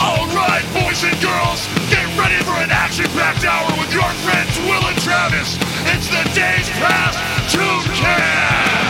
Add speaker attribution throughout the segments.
Speaker 1: Alright, boys and girls, get ready for an action-packed hour with your friends Will and Travis. It's the Days Past Tubecast!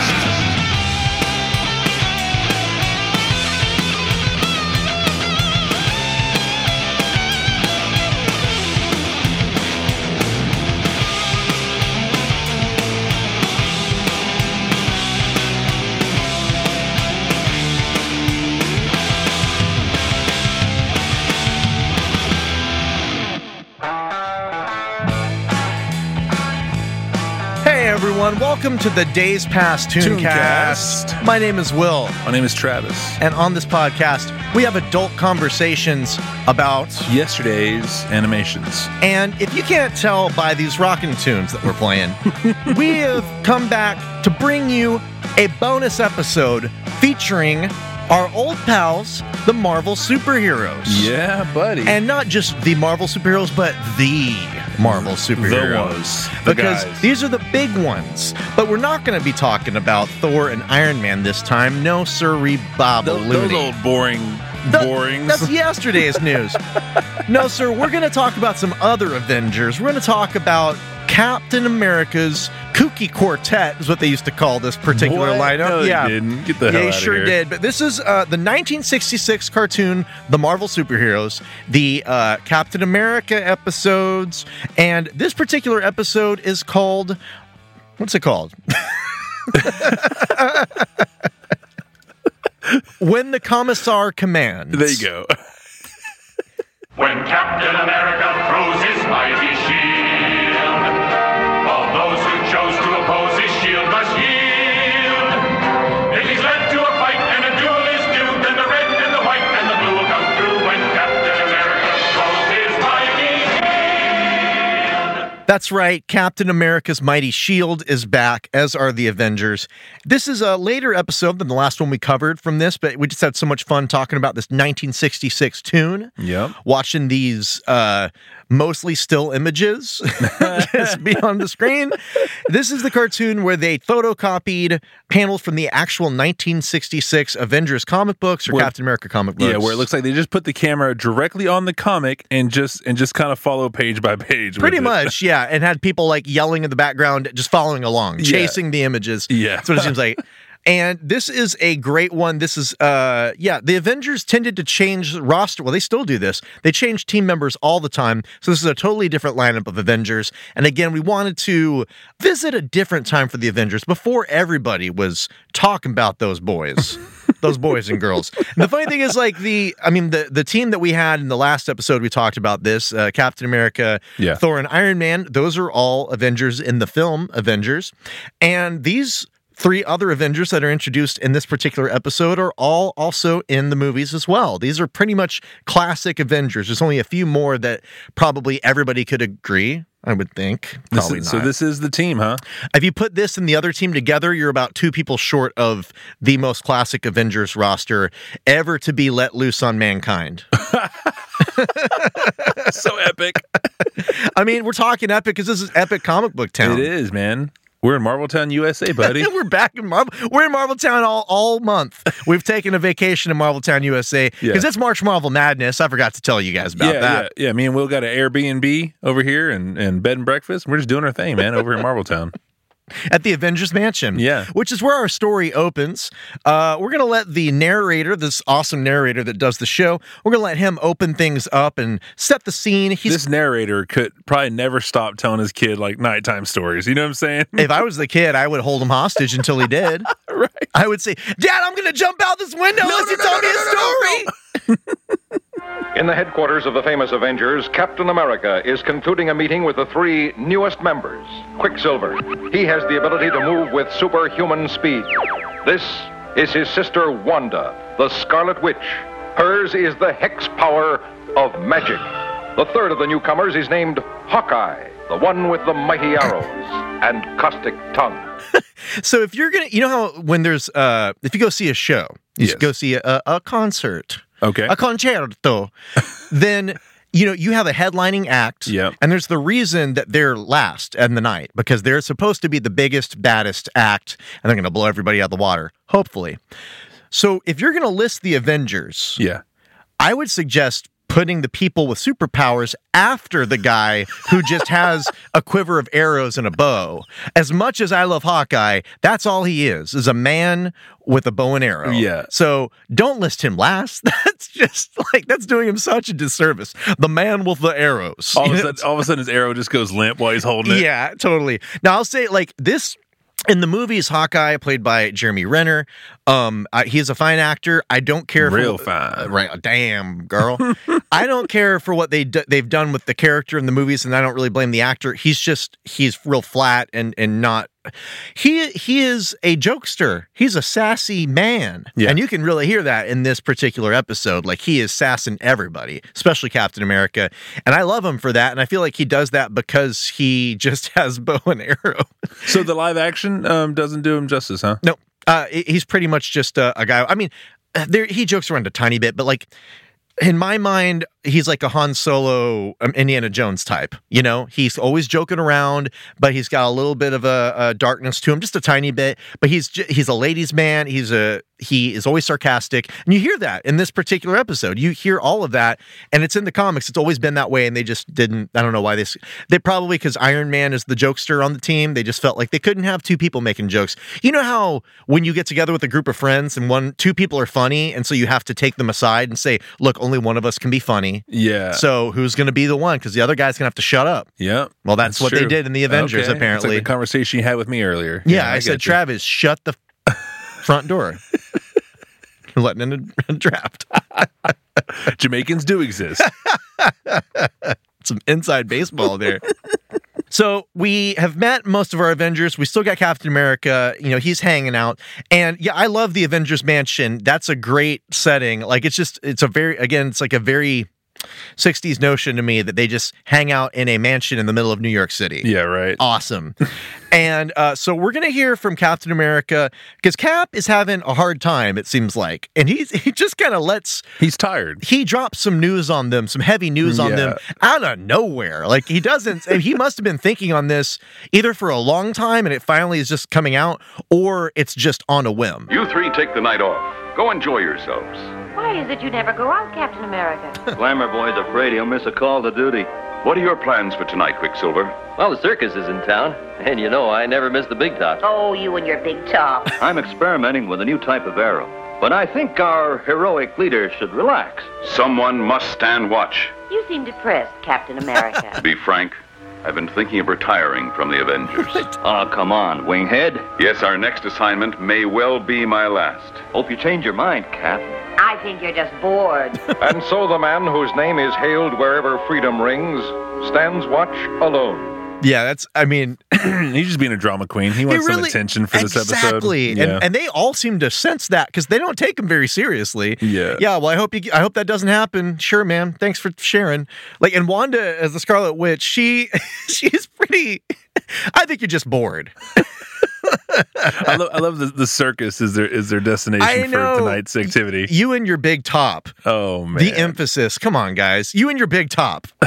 Speaker 2: Hey everyone, welcome to the Days Past Tooncast.
Speaker 3: Tooncast.
Speaker 2: My name is Will,
Speaker 3: My name is Travis.
Speaker 2: and on this podcast, we have adult conversations about.
Speaker 3: Yesterday's animations.
Speaker 2: And if you can't tell by these rockin' tunes that we're playing, we have come back to bring you a bonus episode featuring our old pals, the Marvel superheroes.
Speaker 3: Yeah, buddy.
Speaker 2: And not just the Marvel superheroes, but the Marvel superheroes.
Speaker 3: ones. The
Speaker 2: because
Speaker 3: guys.
Speaker 2: these are the big ones. But we're not going to be talking about Thor and Iron Man this time. No, sirree, Bob
Speaker 3: those, those old boring, borings.
Speaker 2: That's yesterday's news. no, sir, we're going to talk about some other Avengers. We're going to talk about Captain America's Kooky Quartet, is what they used to call this particular
Speaker 3: What?
Speaker 2: lineup.
Speaker 3: No, they
Speaker 2: yeah.
Speaker 3: didn't. Get the hell
Speaker 2: they
Speaker 3: outta
Speaker 2: sure
Speaker 3: here.
Speaker 2: did. But this is uh, the 1966 cartoon, The Marvel Superheroes, the uh, Captain America episodes, and this particular episode is called. What's it called? when the Commissar Commands.
Speaker 3: There you go.
Speaker 1: When Captain America throws his mighty shield, all those who chose to oppose his shield must yield. If he's led to a fight and a duel is due, then the red and the white and the blue will come through when Captain America throws his mighty shield.
Speaker 2: That's right. Captain America's Mighty Shield is back, as are the Avengers. This is a later episode than the last one we covered from this, but we just had so much fun talking about this 1966 tune.
Speaker 3: Yep.
Speaker 2: Watching these uh, mostly still images just be on the screen. This is the cartoon where they photocopied panels from the actual 1966 Avengers comic books or
Speaker 3: Where-
Speaker 2: Captain America comic books.
Speaker 3: Yeah, where it looks like they just put the camera directly on the comic and just and just kind of follow page by page. with
Speaker 2: Pretty
Speaker 3: it.
Speaker 2: much, yeah. And had people like yelling in the background, just following along,
Speaker 3: Yeah.
Speaker 2: chasing the images.
Speaker 3: Yeah.
Speaker 2: That's what it seems like. And this is a great one. This is, uh, yeah, the Avengers tended to change the roster. Well, they still do this. They change team members all the time. So this is a totally different lineup of Avengers. And again, we wanted to visit a different time for the Avengers before everybody was talking about those boys, those boys and girls. And the funny thing is, like the, I mean, the the team that we had in the last episode, we talked about this: uh, Captain America,
Speaker 3: Yeah.
Speaker 2: Thor and Iron Man, those are all Avengers in the film Avengers. And these three other Avengers that are introduced in this particular episode are all also in the movies as well. These are pretty much classic Avengers. There's only a few more that probably everybody could agree, I would think.
Speaker 3: This
Speaker 2: Probably
Speaker 3: is-
Speaker 2: not.
Speaker 3: so this is the team, huh?
Speaker 2: if you put this and the other team together, you're about two people short of the most classic Avengers roster ever to be let loose on mankind.
Speaker 3: so epic.
Speaker 2: I mean, we're talking epic because this is epic comic book town.
Speaker 3: It is, man. We're in Marvel Town, USA, buddy.
Speaker 2: we're back in Marvel. We're in Marvel Town all, all month. We've taken a vacation in Marvel Town, USA,
Speaker 3: Yeah.
Speaker 2: because it's March Marvel Madness. I forgot to tell you guys about
Speaker 3: yeah,
Speaker 2: that.
Speaker 3: yeah, yeah. Me and Will got an Airbnb over here and, and bed and breakfast. We're just doing our thing, man, over in Marvel Town.
Speaker 2: at the Avengers Mansion.
Speaker 3: Yeah.
Speaker 2: Which is where our story opens. Uh, we're going to let the narrator, this awesome narrator that does the show, we're going to let him open things up and set the scene. He's.
Speaker 3: this narrator could probably never stop telling his kid like nighttime stories. You know what I'm saying?
Speaker 2: if I was the kid, I would hold him hostage until he did.
Speaker 3: right.
Speaker 2: I would say, Dad, I'm going to jump out this window unless you tell me a story.
Speaker 4: In the headquarters of the famous Avengers, Captain America is concluding a meeting with the three newest members. Quicksilver. He has the ability to move with superhuman speed. This is his sister Wanda, the Scarlet Witch. Hers is the hex power of magic. The third of the newcomers is named Hawkeye, the one with the mighty arrows and caustic tongue.
Speaker 2: So if you're going to, you know how when there's, uh, if you go see a show, you
Speaker 3: Yes.
Speaker 2: go see a, a concert.
Speaker 3: Okay.
Speaker 2: a concerto, then you know you have a headlining act,
Speaker 3: Yep.
Speaker 2: and there's the reason that they're last in the night because they're supposed to be the biggest, baddest act, and they're going to blow everybody out of the water, hopefully. So if you're going to list the Avengers,
Speaker 3: Yeah.
Speaker 2: I would suggest putting the people with superpowers after the guy who just has a quiver of arrows and a bow. As much as I love Hawkeye, that's all he is, is a man with a bow and arrow.
Speaker 3: Yeah.
Speaker 2: So don't list him last. That's just like that's doing him such a disservice. The man with the arrows.
Speaker 3: All of,
Speaker 2: You
Speaker 3: a
Speaker 2: know,
Speaker 3: sudden, all of a sudden, his arrow just goes limp while he's holding Oh, it.
Speaker 2: yeah, totally. Now I'll say like this in the movies, Hawkeye, played by Jeremy Renner, um, uh, he is a fine actor. I don't care for-
Speaker 3: Real fine.
Speaker 2: uh, right? Damn, girl. I don't care for what they d- they've done with the character in the movies, and I don't really blame the actor. He's just he's real flat and and not. He he is a jokester. He's a sassy man,
Speaker 3: Yeah.
Speaker 2: and you can really hear that in this particular episode. Like he is sassing everybody, especially Captain America, and I love him for that. And I feel like he does that because he just has bow and arrow.
Speaker 3: So the live action um, doesn't do him justice, huh?
Speaker 2: No, uh, he- he's pretty much just a, a guy. I mean, uh, there he jokes around a tiny bit, but like in my mind, he's like a Han Solo, um, Indiana Jones type. You know, he's always joking around, but he's got a little bit of a, a darkness to him, just a tiny bit. But he's j- he's a ladies' man. He's a he is always sarcastic, and you hear that in this particular episode. You hear all of that, and it's in the comics. It's always been that way, and they just didn't. I don't know why this. They probably because Iron Man is the jokester on the team. They just felt like they couldn't have two people making jokes. You know how when you get together with a group of friends and one two people are funny, and so you have to take them aside and say, "Look, only one of us can be funny."
Speaker 3: Yeah.
Speaker 2: So who's going to be the one? Because the other guy's going to have to shut up.
Speaker 3: yeah.
Speaker 2: Well, that's, what they
Speaker 3: true.
Speaker 2: did in the Avengers,
Speaker 3: Okay. It's like
Speaker 2: apparently.
Speaker 3: the conversation you had with me earlier.
Speaker 2: yeah, I, said,
Speaker 3: get you.
Speaker 2: Travis, shut the front door. You're letting in a, a draft.
Speaker 3: Jamaicans do exist.
Speaker 2: Some inside baseball there. So we have met most of our Avengers. We still got Captain America. You know, he's hanging out. And yeah, I love the Avengers Mansion. That's a great setting. Like it's just, it's a very, again, it's like a very 60s notion to me that they just hang out in a mansion in the middle of New York City.
Speaker 3: yeah, right.
Speaker 2: Uh, awesome. and uh, so we're gonna hear from Captain America because Cap is having a hard time. It seems like, and he's he just kind of lets
Speaker 3: He's tired.
Speaker 2: he drops some news on them, some heavy news on them out of nowhere. Like he doesn't. and he must have been thinking on this either for a long time, and it finally is just coming out, or it's just on a whim.
Speaker 5: You three take the night off. Go enjoy yourselves.
Speaker 6: Why is it you never go out, Captain America?
Speaker 7: Glamour Boy's afraid he'll miss a call to duty.
Speaker 5: What are your plans for tonight, Quicksilver?
Speaker 7: Well, the circus is in town, and you know I never miss the big top.
Speaker 6: oh, you and your big top.
Speaker 7: I'm experimenting with a new type of arrow, but I think our heroic leader should relax.
Speaker 5: Someone must stand watch.
Speaker 6: You seem depressed, Captain
Speaker 5: To
Speaker 6: America.
Speaker 5: be frank, I've been thinking of retiring from the Avengers.
Speaker 7: Oh, come on, winghead.
Speaker 5: yes, our next assignment may well be my last.
Speaker 7: Hope you change your mind, Cap.
Speaker 6: I think you're just bored.
Speaker 4: And so the man whose name is hailed wherever freedom rings stands watch alone.
Speaker 2: Yeah, that's. I mean,
Speaker 3: He's just being a drama queen. He wants
Speaker 2: They
Speaker 3: some attention for this episode.
Speaker 2: Exactly,
Speaker 3: Yeah.
Speaker 2: and, and they all seem to sense that because they don't take him very seriously.
Speaker 3: Yeah.
Speaker 2: yeah. Well, I hope you. I hope that doesn't happen. Sure, man. Thanks for sharing. Like, and Wanda as the Scarlet Witch, she she's pretty. I think you're just bored.
Speaker 3: I love, I love the, the circus is their is their
Speaker 2: I
Speaker 3: destination
Speaker 2: know.
Speaker 3: for tonight's activity.
Speaker 2: You and your big top.
Speaker 3: Oh man,
Speaker 2: The emphasis. Come on, guys. You and your big top.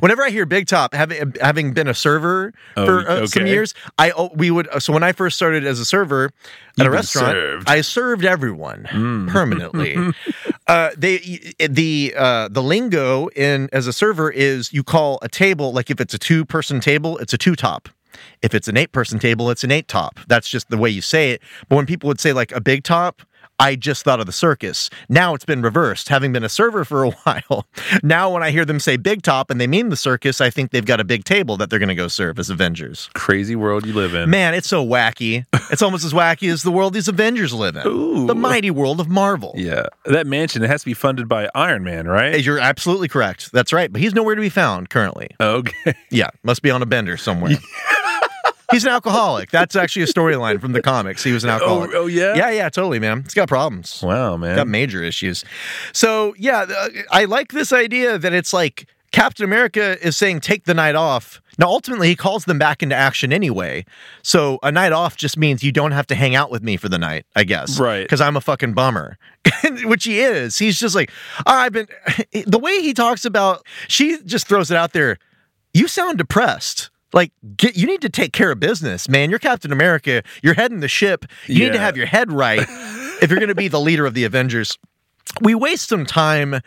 Speaker 2: Whenever I hear big top, having having been a server
Speaker 3: Oh,
Speaker 2: for uh, some
Speaker 3: okay.
Speaker 2: years, I oh, we would. So when I first started as a server at a
Speaker 3: been
Speaker 2: restaurant,
Speaker 3: served. Hmm.
Speaker 2: I served everyone permanently. uh, they the uh, the lingo in as a server is you call a table like if it's a two person table, it's a two top. If it's an eight person table, it's an eight top. That's just the way you say it. But when people would say like a big top, I just thought of the circus. Now it's been reversed. Having been a server for a while, now when I hear them say big top and they mean the circus, I think they've got a big table that they're going to go serve as Avengers.
Speaker 3: crazy world you live in.
Speaker 2: Man, it's so wacky. It's almost as wacky as the world these Avengers live in.
Speaker 3: Ooh.
Speaker 2: The mighty world of Marvel.
Speaker 3: Yeah, that mansion it has to be funded by Iron Man, right?
Speaker 2: You're absolutely correct. That's right. But he's nowhere to be found currently.
Speaker 3: Oh, Okay,
Speaker 2: Yeah, must be on a bender somewhere. He's an alcoholic. That's actually a storyline from the comics. He was an alcoholic.
Speaker 3: oh, yeah?
Speaker 2: yeah, yeah, totally, man. He's got problems.
Speaker 3: wow,
Speaker 2: Got
Speaker 3: man.
Speaker 2: major issues. So yeah, th- I like this idea that it's like Captain America is saying take the night off. Now ultimately he calls them back into action anyway. So a night off just means you don't have to hang out with me for the night, I guess.
Speaker 3: Right.
Speaker 2: Because I'm a fucking bummer. Which he is. He's just like, I've been the way he talks about she just throws it out there you sound depressed. Like, get, you need to take care of business, man. You're Captain America. You're heading the ship. You need to
Speaker 3: Yeah.
Speaker 2: have your head right. if you're going to be the leader of the Avengers. We waste some time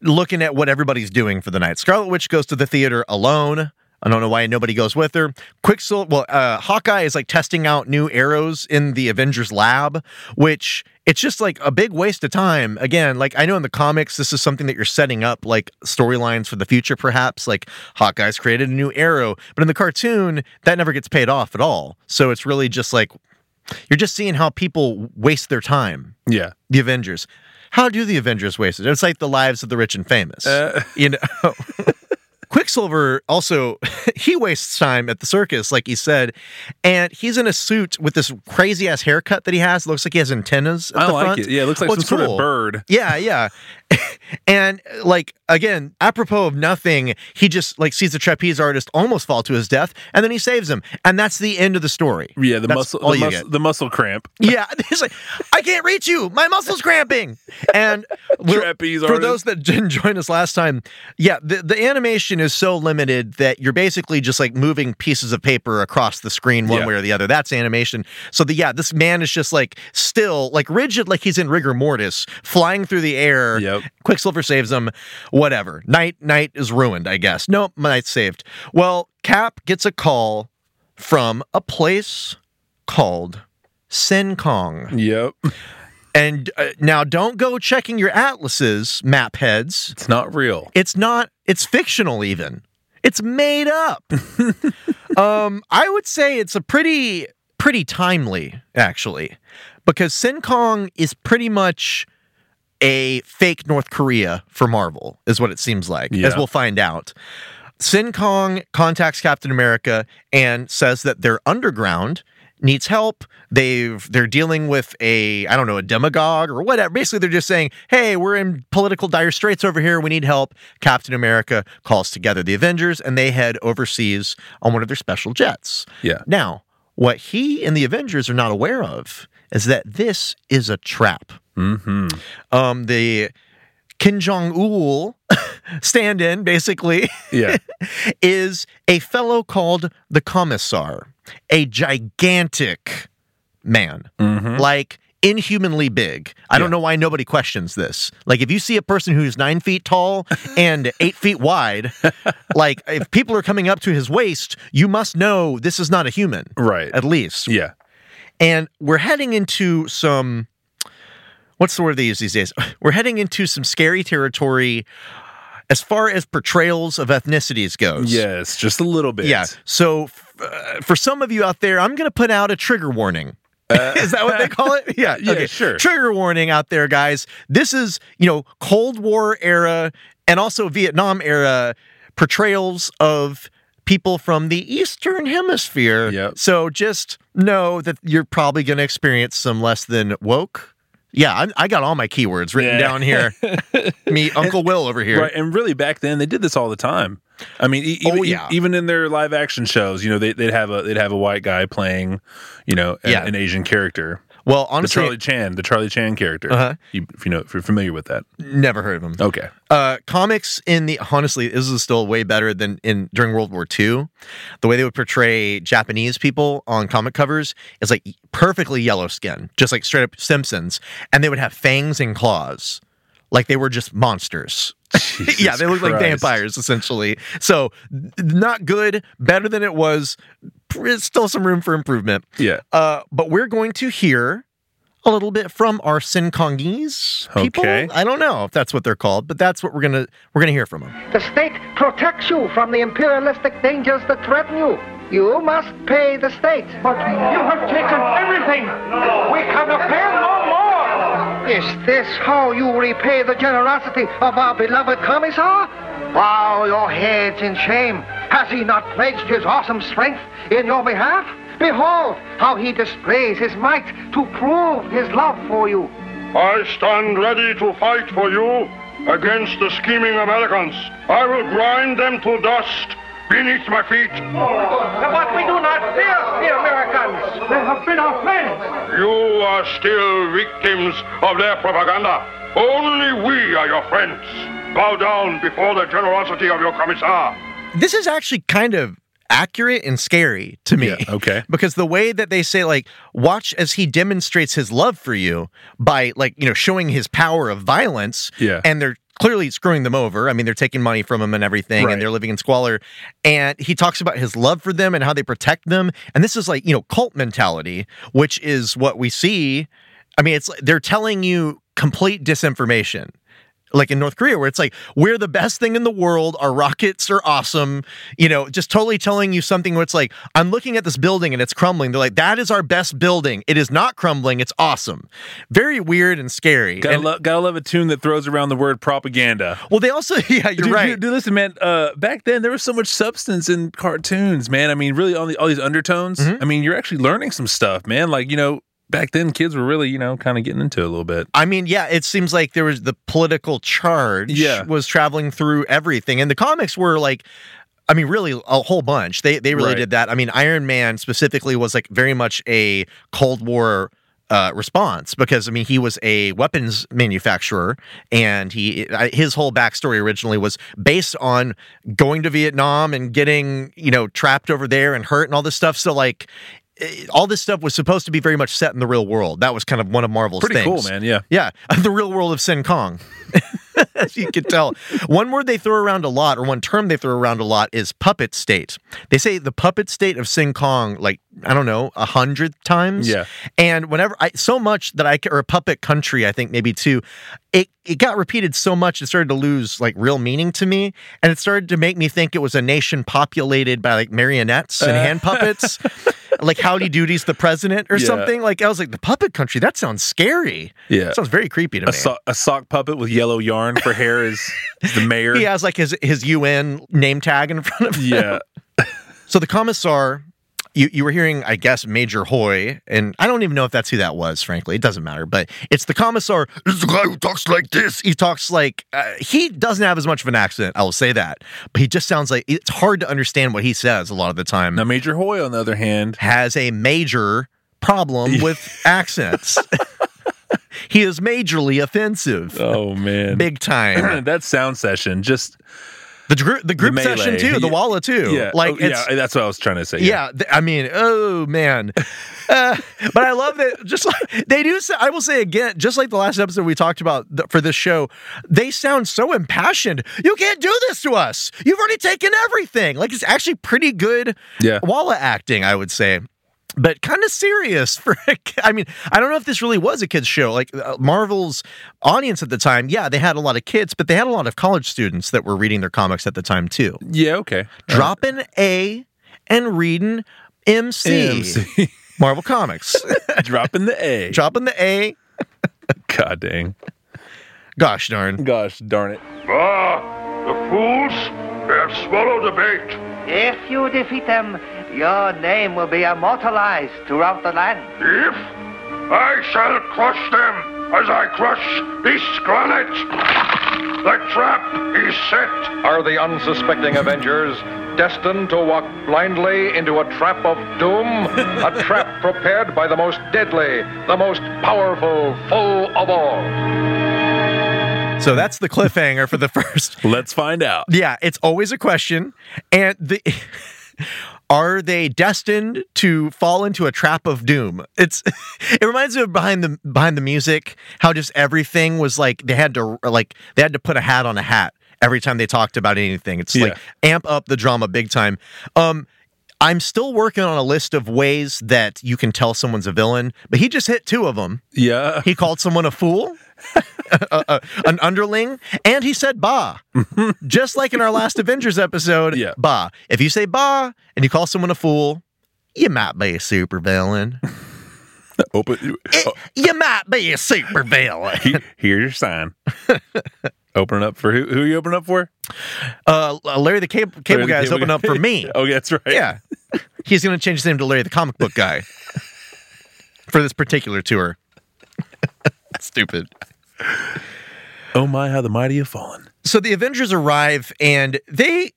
Speaker 2: looking at what everybody's doing for the night. Scarlet Witch goes to the theater alone. I don't know why nobody goes with her. Quicksilver, well, uh, Hawkeye is like testing out new arrows in the Avengers lab, which it's just like a big waste of time. Again, like I know in the comics, this is something that you're setting up like storylines for the future, perhaps. Like Hawkeye's created a new arrow, but in the cartoon, that never gets paid off at all. So it's really just like you're just seeing how people waste their time
Speaker 3: Yeah.
Speaker 2: the Avengers. How do the Avengers waste it? It's like the lives of the rich and famous.
Speaker 3: Uh.
Speaker 2: You know. Quicksilver also he wastes time at the circus, like he said, and he's in a suit with this crazy ass haircut that he has. It looks like he has antennas. At
Speaker 3: I
Speaker 2: the
Speaker 3: like
Speaker 2: front.
Speaker 3: it. Yeah, it looks like
Speaker 2: Oh,
Speaker 3: some
Speaker 2: it's
Speaker 3: sort of
Speaker 2: cool.
Speaker 3: bird.
Speaker 2: Yeah, yeah. and like again, apropos of nothing, he just like sees the trapeze artist almost fall to his death, and then he saves him, and that's the end of the story.
Speaker 3: Yeah, the
Speaker 2: That's
Speaker 3: muscle
Speaker 2: all
Speaker 3: the,
Speaker 2: you
Speaker 3: mus-
Speaker 2: get.
Speaker 3: the muscle cramp.
Speaker 2: Yeah, it's like I can't reach you. My muscles cramping. And we'll-
Speaker 3: Trapeze
Speaker 2: for
Speaker 3: artist.
Speaker 2: those that didn't join us last time, yeah, the, the animation is so limited that you're basically just like moving pieces of paper across the screen one
Speaker 3: Yeah.
Speaker 2: way or the other. That's animation. So the yeah, this man is just like still like rigid, like he's in rigor mortis, flying through the air.
Speaker 3: Yep.
Speaker 2: Quicksilver saves him. Whatever. Night night is ruined, I guess. No, night's saved. Well, Cap gets a call from a place called Sin Kong.
Speaker 3: Yep.
Speaker 2: And uh, now don't go checking your atlases, map heads.
Speaker 3: It's not real.
Speaker 2: It's not, it's fictional even. It's made up. um, I would say it's a pretty, pretty timely, actually, because Sin Kong is pretty much a fake North Korea for Marvel, is what it seems like, as
Speaker 3: Yeah.
Speaker 2: we'll find out. Sin Kong contacts Captain America and says that they're underground, needs help. They've they're dealing with a I don't know a demagogue or whatever. Basically, they're just saying, "Hey, we're in political dire straits over here. We need help." Captain America calls together the Avengers and they head overseas on one of their special jets.
Speaker 3: Yeah.
Speaker 2: Now, what he and the Avengers are not aware of is that this is a trap.
Speaker 3: Mm-hmm.
Speaker 2: Um, the Kim Jong Un stand-in basically
Speaker 3: Yeah.
Speaker 2: is a fellow called the Commissar, a gigantic man,
Speaker 3: Mm-hmm.
Speaker 2: like inhumanly big. I don't
Speaker 3: Yeah.
Speaker 2: know why nobody questions this. Like, if you see a person who's nine feet tall and eight feet wide, like, if people are coming up to his waist, you must know this is not a human,
Speaker 3: Right.
Speaker 2: at least.
Speaker 3: Yeah.
Speaker 2: And we're heading into some. What's the word they use these days? We're heading into some scary territory as far as portrayals of ethnicities goes.
Speaker 3: Yes, just a little bit.
Speaker 2: Yeah. So f- uh, for some of you out there, I'm going to put out a trigger warning. is that what they call it? Yeah.
Speaker 3: Uh, Yeah, sure.
Speaker 2: Trigger warning out there, guys. This is, you know, Cold War era and also Vietnam era portrayals of people from the Eastern Hemisphere.
Speaker 3: Yep.
Speaker 2: So just know that you're probably going to experience some less than woke. Yeah, I, I got all my keywords written
Speaker 3: Yeah.
Speaker 2: down here. Me, Uncle Will over here.
Speaker 3: Right, and really back then they did this all the time. I mean, e-
Speaker 2: Oh,
Speaker 3: even, e-
Speaker 2: yeah.
Speaker 3: even in their live action shows, you know, they, they'd have a they'd have a white guy playing, you know, an,
Speaker 2: Yeah.
Speaker 3: an Asian character.
Speaker 2: Well,
Speaker 3: The
Speaker 2: honestly,
Speaker 3: Charlie Chan, the Charlie Chan character.
Speaker 2: Uh-huh.
Speaker 3: You, if you know, if you're familiar with that,
Speaker 2: never heard of him.
Speaker 3: okay.
Speaker 2: uh, comics in the honestly, this is still way better than in during World War II. The way they would portray Japanese people on comic covers is like perfectly yellow skin, just like straight up Simpsons, and they would have fangs and claws, like they were just monsters. yeah, they look like
Speaker 3: Christ.
Speaker 2: vampires essentially. So n- not good, better than it was. pr- Still some room for improvement.
Speaker 3: Yeah,
Speaker 2: Uh, but we're going to hear a little bit from our Sin Kongese people.
Speaker 3: Okay.
Speaker 2: I don't know if that's what they're called, but that's what we're gonna we're gonna hear from them.
Speaker 8: The state protects you from the imperialistic dangers that threaten you. You must pay the state. But you have taken everything. We can appeal no more. Is this how you repay the generosity of our beloved commissar? Bow your heads in shame. Has he not pledged his awesome strength in your behalf? Behold how he displays his might to prove his love for you.
Speaker 9: I stand ready to fight for you against the scheming Americans. I will grind them to dust beneath my feet.
Speaker 8: But we do not fear the Americans. They have been our friends.
Speaker 9: You are still victims of their propaganda. Only we are your friends. Bow down before the generosity of your commissar.
Speaker 2: This is actually kind of accurate and scary to me.
Speaker 3: Yeah, okay.
Speaker 2: Because the way that they say, like, watch as he demonstrates his love for you by, like, you know, showing his power of violence.
Speaker 3: Yeah.
Speaker 2: And they're clearly screwing them over. I mean, they're taking money from him and everything,
Speaker 3: Right.
Speaker 2: and they're living in squalor. And he talks about his love for them and how they protect them. And this is like, you know, cult mentality, which is what we see. I mean, it's like they're telling you complete disinformation like in North Korea, where it's like, we're the best thing in the world. Our rockets are awesome. You know, just totally telling you something where it's like, I'm looking at this building and it's crumbling. They're like, that is our best building. It is not crumbling. It's awesome. Very weird and scary.
Speaker 3: Gotta,
Speaker 2: And-
Speaker 3: lo- gotta love a tune that throws around the word propaganda.
Speaker 2: well, they also, yeah, you're
Speaker 3: dude,
Speaker 2: right.
Speaker 3: Dude, dude, listen, man. Uh, back then, there was so much substance in cartoons, man. I mean, really, all, the, all these undertones.
Speaker 2: Mm-hmm.
Speaker 3: I mean, you're actually learning some stuff, man. Like, you know, back then, kids were really, you know, kind of getting into it a little bit.
Speaker 2: I mean, yeah, it seems like there was the political charge
Speaker 3: Yeah.
Speaker 2: was traveling through everything. And the comics were like, I mean, really a whole bunch. They they really
Speaker 3: Right.
Speaker 2: did that. I mean, Iron Man specifically was like very much a Cold War uh, response because I mean he was a weapons manufacturer and he I- his whole backstory originally was based on going to Vietnam and getting you know trapped over there and hurt and all this stuff. So like. eh, All this stuff was supposed to be very much set in the real world. That was kind of one of Marvel's
Speaker 3: Pretty
Speaker 2: things.
Speaker 3: cool, man. Yeah.
Speaker 2: Yeah, the real world of Sin Kong. As you can tell, one word they throw around a lot, or one term they throw around a lot, is puppet state. They say the puppet state of Sin Kong, like I don't know, a hundred times.
Speaker 3: Yeah.
Speaker 2: And whenever I so much that I c- or a puppet country, I think maybe too, it it got repeated so much it started to lose like real meaning to me, and it started to make me think it was a nation populated by like marionettes and hand puppets. Like Howdy Doody's the president or
Speaker 3: Yeah.
Speaker 2: something. Like I was like the puppet country. That sounds scary.
Speaker 3: Yeah.
Speaker 2: Sounds very creepy to me.
Speaker 3: A, so- a sock puppet with yellow yarn for hair is, is the mayor.
Speaker 2: he has like his his UN name tag in front of him.
Speaker 3: Yeah.
Speaker 2: So the commissar, you you were hearing, I guess, Major Hoy, and I don't even know if that's who that was. Frankly, it doesn't matter. But it's the commissar. It's the guy who talks like this. He talks like uh, he doesn't have as much of an accent. I will say that, but he just sounds like it's hard to understand what he says a lot of the time.
Speaker 3: Now, Major Hoy, on the other hand,
Speaker 2: Has a major problem with accents. he is majorly offensive,
Speaker 3: oh, man.
Speaker 2: big time.
Speaker 3: that sound session just
Speaker 2: The, gr- the group
Speaker 3: melee.
Speaker 2: session too, the
Speaker 3: Yeah.
Speaker 2: Walla too.
Speaker 3: yeah
Speaker 2: like
Speaker 3: Oh,
Speaker 2: it's,
Speaker 3: yeah that's what i was trying to say
Speaker 2: yeah. th- I mean, oh man. Uh, but I love that. Just like they do, sa- I will say again, just like the last episode we talked about th- for this show, they sound so impassioned. You can't do this to us. You've already taken everything. Like it's actually pretty good
Speaker 3: Yeah.
Speaker 2: Walla acting, I would say. But kind of serious for a ki- I mean, I don't know if this really was a kids show. Like uh, Marvel's audience at the time, yeah, they had a lot of kids, but they had a lot of college students that were reading their comics at the time too
Speaker 3: yeah okay
Speaker 2: dropping A and reading MC,
Speaker 3: MC.
Speaker 2: Marvel Comics.
Speaker 3: dropping the a
Speaker 2: dropping the A.
Speaker 3: god dang
Speaker 2: Gosh darn.
Speaker 3: gosh darn it
Speaker 9: Ah, the fools! They have swallowed the bait.
Speaker 8: If you defeat them, your name will be immortalized throughout the land.
Speaker 9: If I shall crush them as I crush this granite, the trap is set.
Speaker 4: Are the unsuspecting Avengers destined to walk blindly into a trap of doom? a trap prepared by the most deadly, the most powerful foe of all.
Speaker 2: So that's the cliffhanger for the first.
Speaker 3: let's find out
Speaker 2: Yeah, it's always a question. And the are they destined to fall into a trap of doom? It's it reminds me of behind the behind the music, how just everything was like they had to like they had to put a hat on a hat every time they talked about anything. It's like amp up the drama big time. Um I'm still working on a list of ways that you can tell someone's a villain, but he just hit two of them.
Speaker 3: yeah
Speaker 2: He called someone a fool, uh, uh, an underling, and he said "bah," just like in our last Avengers episode.
Speaker 3: Yeah.
Speaker 2: "Bah." If you say "bah" and you call someone a fool, you might be a supervillain. Eh,
Speaker 3: open oh,
Speaker 2: You might be a supervillain.
Speaker 3: he- here's your sign open it up for who, who are you opening up for
Speaker 2: Uh, Larry the Cable, cable
Speaker 3: Larry the
Speaker 2: Guy is
Speaker 3: Cable
Speaker 2: opening
Speaker 3: Guy.
Speaker 2: up for me.
Speaker 3: oh that's right
Speaker 2: Yeah, he's going to change his name to Larry the Comic Book Guy for this particular tour. Stupid.
Speaker 3: oh my how the mighty have fallen
Speaker 2: so the Avengers arrive and they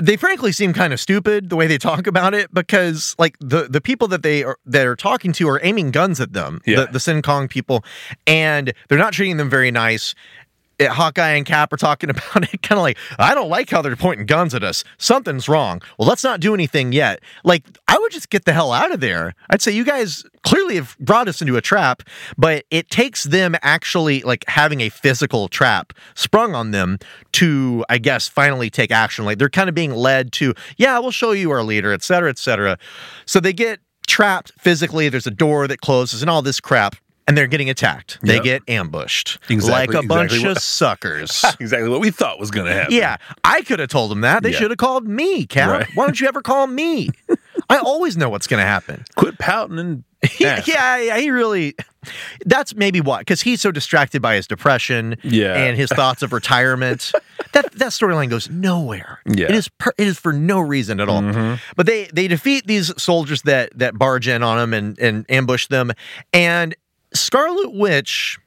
Speaker 2: they frankly seem kind of stupid the way they talk about it because like the the people that they are that are talking to are aiming guns at them
Speaker 3: Yeah.
Speaker 2: the, the Sin Kong people and they're not treating them very nice it, Hawkeye and Cap are talking about it, kind of like, I don't like how they're pointing guns at us. Something's wrong. Well, let's not do anything yet. Like, I would just get the hell out of there. I'd say you guys clearly have brought us into a trap, but it takes them actually like having a physical trap sprung on them to, I guess, finally take action. Like they're kind of being led to, yeah, we'll show you our leader, et cetera, et cetera. So they get trapped physically. There's a door that closes and all this crap. And they're getting attacked. They
Speaker 3: Yep.
Speaker 2: get ambushed
Speaker 3: Exactly,
Speaker 2: like a bunch
Speaker 3: exactly
Speaker 2: of
Speaker 3: what-
Speaker 2: suckers.
Speaker 3: Exactly what we thought was going to happen.
Speaker 2: yeah, I could have told them that. They
Speaker 3: Yeah.
Speaker 2: should have called me, Cal.
Speaker 3: Right.
Speaker 2: Why don't you ever call me? I always know what's going to happen.
Speaker 3: Quit pouting and
Speaker 2: Yeah,
Speaker 3: ask.
Speaker 2: yeah, yeah, he really. That's maybe why, because he's so distracted by his depression
Speaker 3: Yeah.
Speaker 2: and his thoughts of retirement. that that storyline goes nowhere.
Speaker 3: Yeah. Mm-hmm.
Speaker 2: it is. Per, it is for no reason at all. But they they defeat these soldiers that that barge in on them and and ambush them. And Scarlet Witch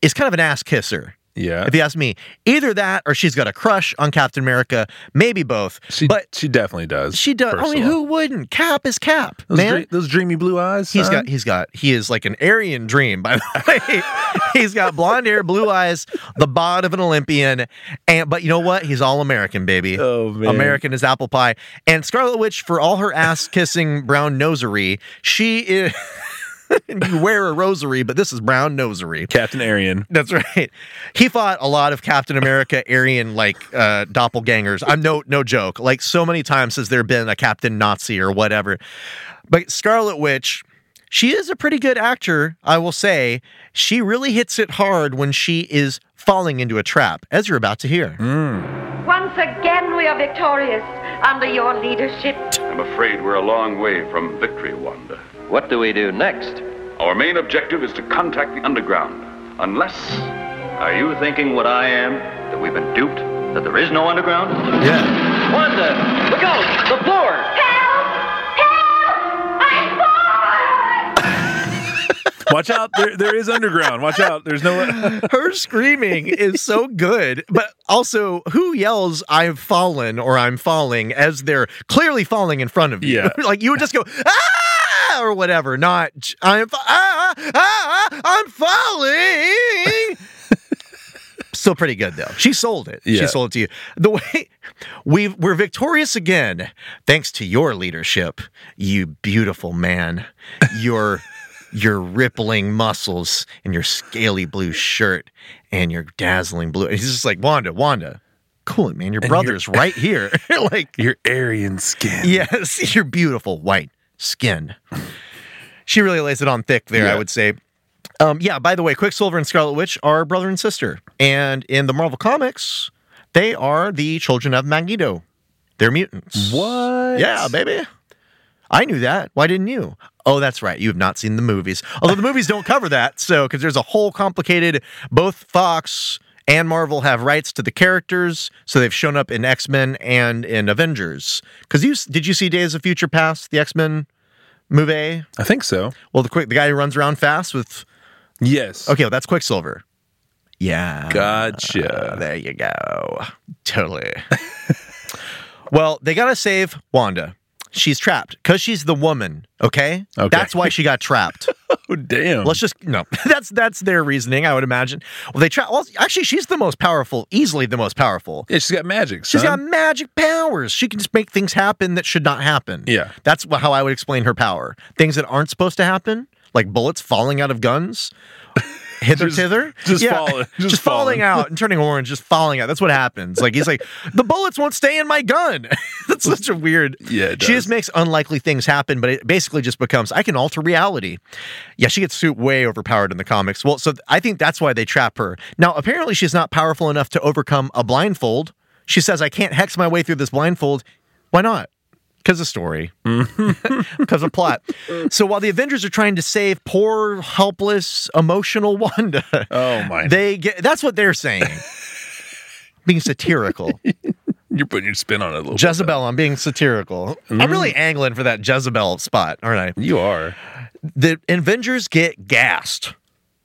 Speaker 2: is kind of an ass kisser.
Speaker 3: Yeah.
Speaker 2: If you ask me, either that or she's got a crush on Captain America, maybe both.
Speaker 3: She,
Speaker 2: but
Speaker 3: she definitely does.
Speaker 2: she does. I
Speaker 3: First
Speaker 2: mean,
Speaker 3: of all.
Speaker 2: who wouldn't? Cap is Cap,
Speaker 3: Those,
Speaker 2: man.
Speaker 3: dre- those dreamy blue eyes.
Speaker 2: He's
Speaker 3: son.
Speaker 2: got he's got he is like an Aryan dream, by the way. he's got blonde hair, blue eyes, the bod of an Olympian, and but you know what? He's all American, baby.
Speaker 3: Oh, man.
Speaker 2: American is apple pie. And Scarlet Witch, for all her ass kissing brown nosery, she is you wear a rosary, but this is brown nosery.
Speaker 3: Captain Arian.
Speaker 2: That's right. He fought a lot of Captain America Aryan like uh, doppelgangers. I'm no no joke. Like so many times has there been a Captain Nazi or whatever. But Scarlet Witch, she is a pretty good actor, I will say. She really hits it hard when she is falling into a trap, as you're about to hear.
Speaker 6: Once again, we are victorious under your leadership.
Speaker 5: I'm afraid we're a long way from victory, Wanda.
Speaker 7: What do we do next?
Speaker 5: Our main objective is to contact the underground. Unless.
Speaker 7: Are you thinking what I am? That we've been duped? That there is no underground?
Speaker 2: Yeah.
Speaker 7: Wanda, look out! The floor!
Speaker 3: Watch out. There, there is underground. Watch out. There's no.
Speaker 2: Her screaming is so good, but also who yells I've fallen or I'm falling as they're clearly falling in front of you.
Speaker 3: Yeah.
Speaker 2: like you would just go ah or whatever, not j- I'm fa- ah, ah, ah, I'm falling. Still pretty good though. She sold it. She
Speaker 3: Yeah.
Speaker 2: sold it to you. The way we we're victorious again thanks to your leadership, you beautiful man. Your your rippling muscles and your scaly blue shirt and your dazzling blue. And he's just like Wanda, Wanda. Cool it, man. Your brother's right here. like
Speaker 3: Your Aryan skin.
Speaker 2: Yes, your beautiful white skin. She really lays it on thick there, I
Speaker 3: Yeah.
Speaker 2: would say. Um, yeah, by the way, Quicksilver and Scarlet Witch are brother and sister. And in the Marvel Comics, they are the children of Magneto. They're mutants.
Speaker 3: What?
Speaker 2: Yeah, baby. I knew that. Why didn't you? Oh, that's right. You have not seen the movies. Although the movies don't cover that. So, because there's a whole complicated, both Fox and Marvel have rights to the characters. So they've shown up in X Men and in Avengers. Because you s- did you see Days of Future Past, the X Men movie?
Speaker 3: I think so.
Speaker 2: Well, the quick the guy who runs around fast with
Speaker 3: Yes.
Speaker 2: okay, well, that's Quicksilver. Yeah.
Speaker 3: Gotcha.
Speaker 2: There you go. Totally. well, they got to save Wanda. She's trapped because she's the woman, okay?
Speaker 3: Okay.
Speaker 2: That's why she got trapped.
Speaker 3: Oh, damn.
Speaker 2: Let's just no. That's that's their reasoning, I would imagine. Well, they trap. Well, actually, she's the most powerful, easily the most powerful.
Speaker 3: yeah, she's got magic.
Speaker 2: She's got
Speaker 3: son.
Speaker 2: magic powers. She can just make things happen that should not happen.
Speaker 3: Yeah.
Speaker 2: That's wh- how I would explain her power. Things that aren't supposed to happen, like bullets falling out of guns, hither
Speaker 3: Just-
Speaker 2: thither.
Speaker 3: just falling-
Speaker 2: Just,
Speaker 3: just
Speaker 2: falling
Speaker 3: falling.
Speaker 2: out and turning orange, just falling out. That's what happens. Like, he's like, the bullets won't stay in my gun. That's such a weird.
Speaker 3: Yeah, it
Speaker 2: She just
Speaker 3: does.
Speaker 2: makes unlikely things happen, but it basically just becomes, I can alter reality. Yeah, she gets su- way overpowered in the comics. Well, so th- I think that's why they trap her. Now, apparently, she's not powerful enough to overcome a blindfold. She says, I can't hex my way through this blindfold. Why not? Because of story, because of plot. So while the Avengers are trying to save poor, helpless, emotional Wanda,
Speaker 3: Oh, my.
Speaker 2: they get that's what they're saying. Being satirical.
Speaker 3: You're putting your spin on it a little
Speaker 2: Jezebel, I'm being satirical. I'm really angling for that Jezebel spot, aren't I?
Speaker 3: bit. You are.
Speaker 2: the Avengers get gassed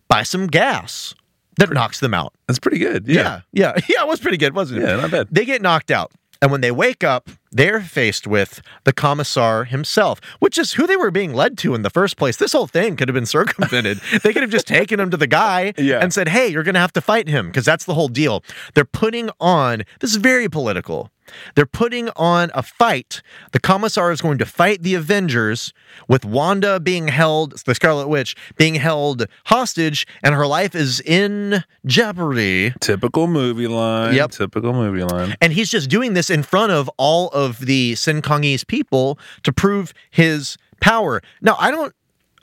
Speaker 2: by some gas that knocks them out.
Speaker 3: That's pretty good.
Speaker 2: Yeah,
Speaker 3: Yeah.
Speaker 2: yeah, yeah. it was pretty good, wasn't it?
Speaker 3: Yeah, not bad.
Speaker 2: They get knocked out. And when they wake up, they're faced with the commissar himself, which is who they were being led to in the first place. This whole thing could have been circumvented. they could have just taken him to the guy
Speaker 3: Yeah.
Speaker 2: and said, hey, you're going to have to fight him because that's the whole deal. They're putting on, this is very political. They're putting on a fight. The commissar is going to fight the Avengers with Wanda being held, the Scarlet Witch being held hostage, and her life is in jeopardy.
Speaker 3: Typical movie line.
Speaker 2: Yep.
Speaker 3: Typical movie line.
Speaker 2: And he's just doing this in front of all of the Sin Kongese people to prove his power. Now, I don't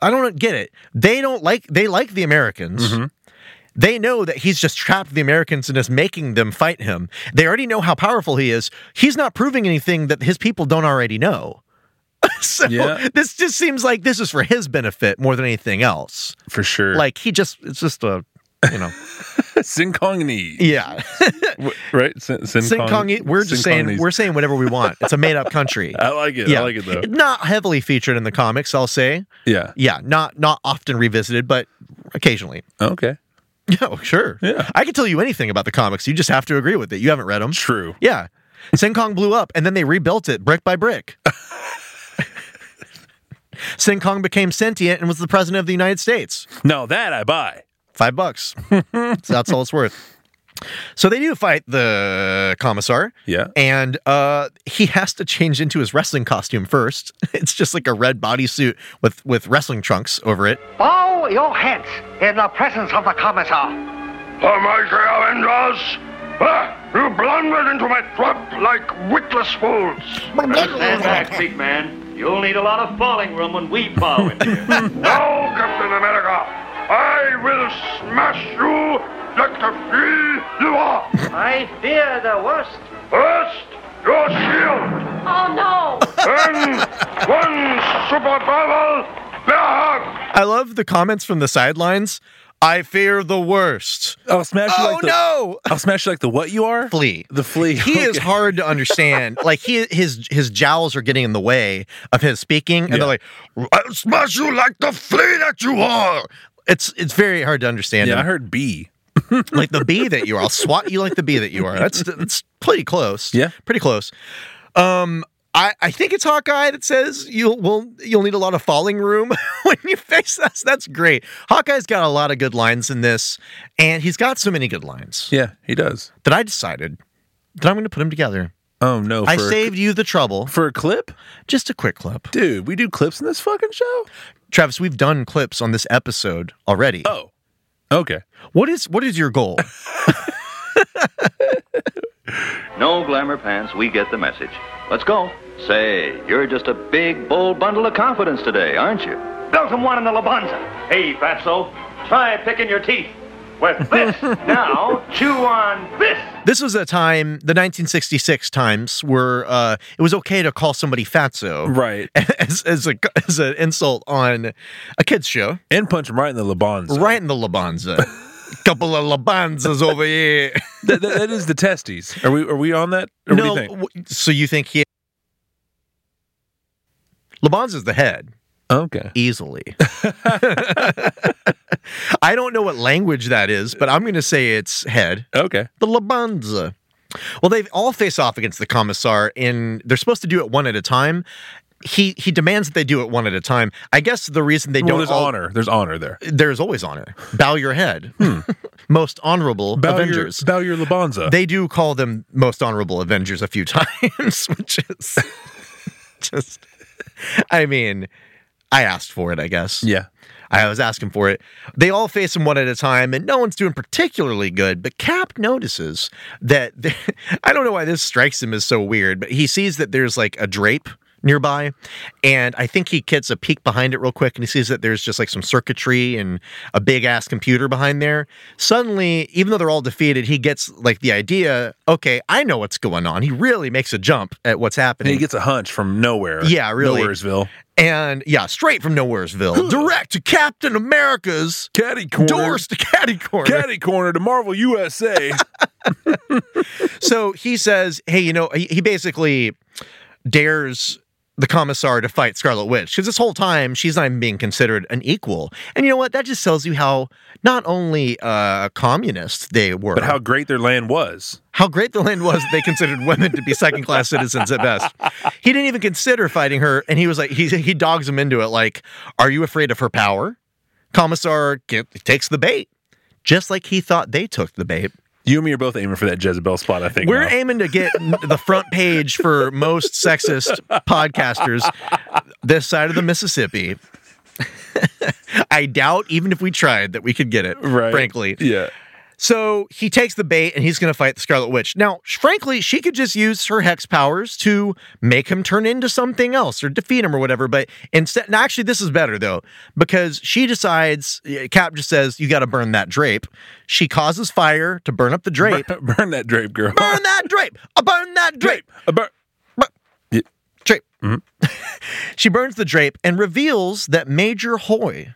Speaker 2: I don't get it. They don't like they like the Americans. They know that he's just trapped the Americans and is making them fight him. They already know how powerful he is. He's not proving anything that his people don't already know. so
Speaker 3: Yeah.
Speaker 2: this just seems like this is for his benefit more than anything else.
Speaker 3: For sure.
Speaker 2: Like he just it's just a you know
Speaker 3: Sin Kongnese.
Speaker 2: yeah.
Speaker 3: Right? Sin, Sin,
Speaker 2: Sin Kong, we're just saying
Speaker 3: Sin Kongnese.
Speaker 2: we're saying whatever we want. It's a made up country.
Speaker 3: I like it. I like it though.
Speaker 2: Not heavily featured in the comics, I'll say.
Speaker 3: Yeah.
Speaker 2: Yeah, not not often revisited, but occasionally.
Speaker 3: Okay.
Speaker 2: Yeah, sure.
Speaker 3: Yeah.
Speaker 2: I can tell you anything about the comics. You just have to agree with it. You haven't read them.
Speaker 3: True.
Speaker 2: Yeah. Sin Kong blew up and then they rebuilt it brick by brick. Sin Kong became sentient and was the president of the United States.
Speaker 3: No, that I buy.
Speaker 2: Five bucks. so that's all it's worth. So they do fight the commissar.
Speaker 3: Yeah.
Speaker 2: And uh, he has to change into his wrestling costume first. It's just like a red bodysuit with, with wrestling trunks over it.
Speaker 8: Bow your heads in the presence of the commissar.
Speaker 9: Almighty Oh, Avengers! Ah, you blundered into my trap like witless fools.
Speaker 10: Stand back, big man. You'll need a lot of falling room when we plow in here.
Speaker 9: Now, Captain America, I will smash you like the flea you are.
Speaker 10: I fear the worst.
Speaker 9: First, your shield,
Speaker 6: Oh, no.
Speaker 9: then one super bubble, bear hug.
Speaker 2: I love the comments from the sidelines. I fear the worst.
Speaker 3: I'll smash you
Speaker 2: oh
Speaker 3: like the
Speaker 2: no!
Speaker 3: I'll smash you like the what you are?
Speaker 2: Flea.
Speaker 3: The flea.
Speaker 2: He is
Speaker 3: Okay.
Speaker 2: hard to understand. like he his his jowls are getting in the way of his speaking, and
Speaker 3: Yeah.
Speaker 2: they're like, "I'll smash you like the flea that you are." It's it's very hard to understand.
Speaker 3: Yeah, I
Speaker 2: him.
Speaker 3: heard B.
Speaker 2: like the bee that you are. I'll swat you like the bee that you are. That's that's pretty close.
Speaker 3: Yeah.
Speaker 2: pretty close. Um, I I think it's Hawkeye that says you'll will you'll need a lot of falling room when you face us. That's great. Hawkeye's got a lot of good lines in this, and he's got so many good lines
Speaker 3: Yeah, he does.
Speaker 2: that I decided that I'm going to put them together.
Speaker 3: Oh no.
Speaker 2: I
Speaker 3: for a-
Speaker 2: saved you the trouble.
Speaker 3: for a clip?
Speaker 2: Just a quick clip,
Speaker 3: Dude, we do clips in this fucking show?
Speaker 2: Travis. We've done clips on this episode already.
Speaker 3: Oh. Okay.
Speaker 2: What is what is your goal?
Speaker 7: No glamour pants, we get the message. Let's go. Say, you're just a big, bold bundle of confidence today, aren't you?
Speaker 10: Belgium one in the Labanza. Hey, Fatso, try picking your teeth with this. now, chew on this.
Speaker 2: This was a time, the 1966 times, where uh, it was okay to call somebody fatso
Speaker 3: Right.
Speaker 2: as, as, a, as an insult on a kid's show,
Speaker 3: And punch him right in the Lebons.
Speaker 2: right in the Labanza. Couple of Labanzas over here.
Speaker 3: That- that- that is the testes. Are we are we on that? Or
Speaker 2: no,
Speaker 3: what do you think?
Speaker 2: w- so you think he. Labanza's the head,
Speaker 3: Okay.
Speaker 2: easily. I don't know what language that is, but I'm going to say it's head.
Speaker 3: Okay.
Speaker 2: the Labanza. Well, they all face off against the commissar, and they're supposed to do it one at a time. He he demands that they do it one at a time. I guess the reason they
Speaker 3: Well,
Speaker 2: don't
Speaker 3: there's
Speaker 2: all-
Speaker 3: honor. There's honor there.
Speaker 2: There's always honor. Bow your head, most honorable Avengers.
Speaker 3: Your, Hmm. bow your Labanza.
Speaker 2: they do call them most honorable Avengers a few times, which is just. I mean, I asked for it. I guess.
Speaker 3: yeah.
Speaker 2: I was asking for it. They all face him one at a time, and no one's doing particularly good. But Cap notices that I don't know why this strikes him as so weird, but he sees that there's like a drape nearby, and I think he gets a peek behind it real quick, and he sees that there's just like some circuitry and a big ass computer behind there. Suddenly, even though they're all defeated, he gets like the idea. Okay, I know what's going on. He really makes a jump at what's
Speaker 3: And
Speaker 2: happening.
Speaker 3: he gets a hunch from nowhere.
Speaker 2: Yeah, really.
Speaker 3: Nowheresville.
Speaker 2: and yeah, straight from Nowheresville, direct to Captain America's
Speaker 3: Caddy corner.
Speaker 2: doors to Caddy Corner.
Speaker 3: Caddy corner to Marvel USA.
Speaker 2: So he says, "Hey, you know," he, he basically dares the commissar to fight Scarlet Witch because this whole time she's not even being considered an equal. And you know what? That just tells you how not only uh, communist they were,
Speaker 3: But how great their land was.
Speaker 2: how great the land was that they considered women to be second class citizens at best. He didn't even consider fighting her, and he was like, he he dogs him into it. Like, are you afraid of her power? Commissar get, takes the bait, just like he thought they took the bait.
Speaker 3: You and me are both aiming for that Jezebel spot, I think.
Speaker 2: We're
Speaker 3: now.
Speaker 2: aiming to get n- the front page for most sexist podcasters this side of the Mississippi. I doubt, even if we tried, that we could get it,
Speaker 3: Right.
Speaker 2: frankly.
Speaker 3: Yeah.
Speaker 2: So he takes the bait and he's going to fight the Scarlet Witch. Now, sh- frankly, she could just use her hex powers to make him turn into something else or defeat him or whatever. But instead, now actually, this is better though, because she decides, yeah, Cap just says, you got to burn that drape. She causes fire to burn up the drape. Burn,
Speaker 3: Burn that drape, girl.
Speaker 2: that drape. Uh, burn that drape.
Speaker 3: A bur-
Speaker 2: Drape. Mm-hmm. she burns the drape and reveals that Major Hoy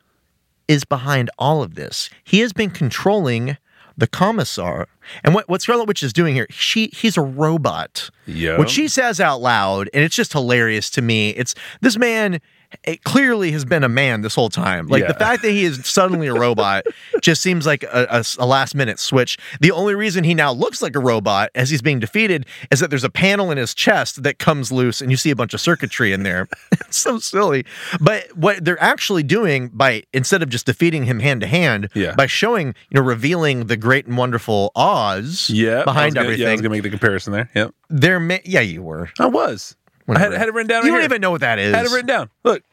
Speaker 2: is behind all of this. He has been controlling the commissar. And what, what Scarlet Witch is doing here, she he's a robot.
Speaker 3: Yeah.
Speaker 2: Which she says out loud, and it's just hilarious to me. It's this man it clearly has been a man this whole time. Like the
Speaker 3: Yeah.
Speaker 2: fact that he is suddenly a robot just seems like a, a s- a last minute switch. The only reason he now looks like a robot as he's being defeated is that there's a panel in his chest that comes loose and you see a bunch of circuitry in there. it's so silly. But what they're actually doing by instead of just defeating him hand to hand,
Speaker 3: Yeah.
Speaker 2: by showing, you know, revealing the great and wonderful Oz
Speaker 3: yeah.
Speaker 2: behind
Speaker 3: I was gonna- Yeah,
Speaker 2: everything,
Speaker 3: I was going to make the comparison there. Yep.
Speaker 2: there may, yeah, you were.
Speaker 3: I was. I had,
Speaker 2: Whatever.
Speaker 3: had it written down.
Speaker 2: You
Speaker 3: right
Speaker 2: don't
Speaker 3: here.
Speaker 2: even know what that is.
Speaker 3: Had it written down. Look.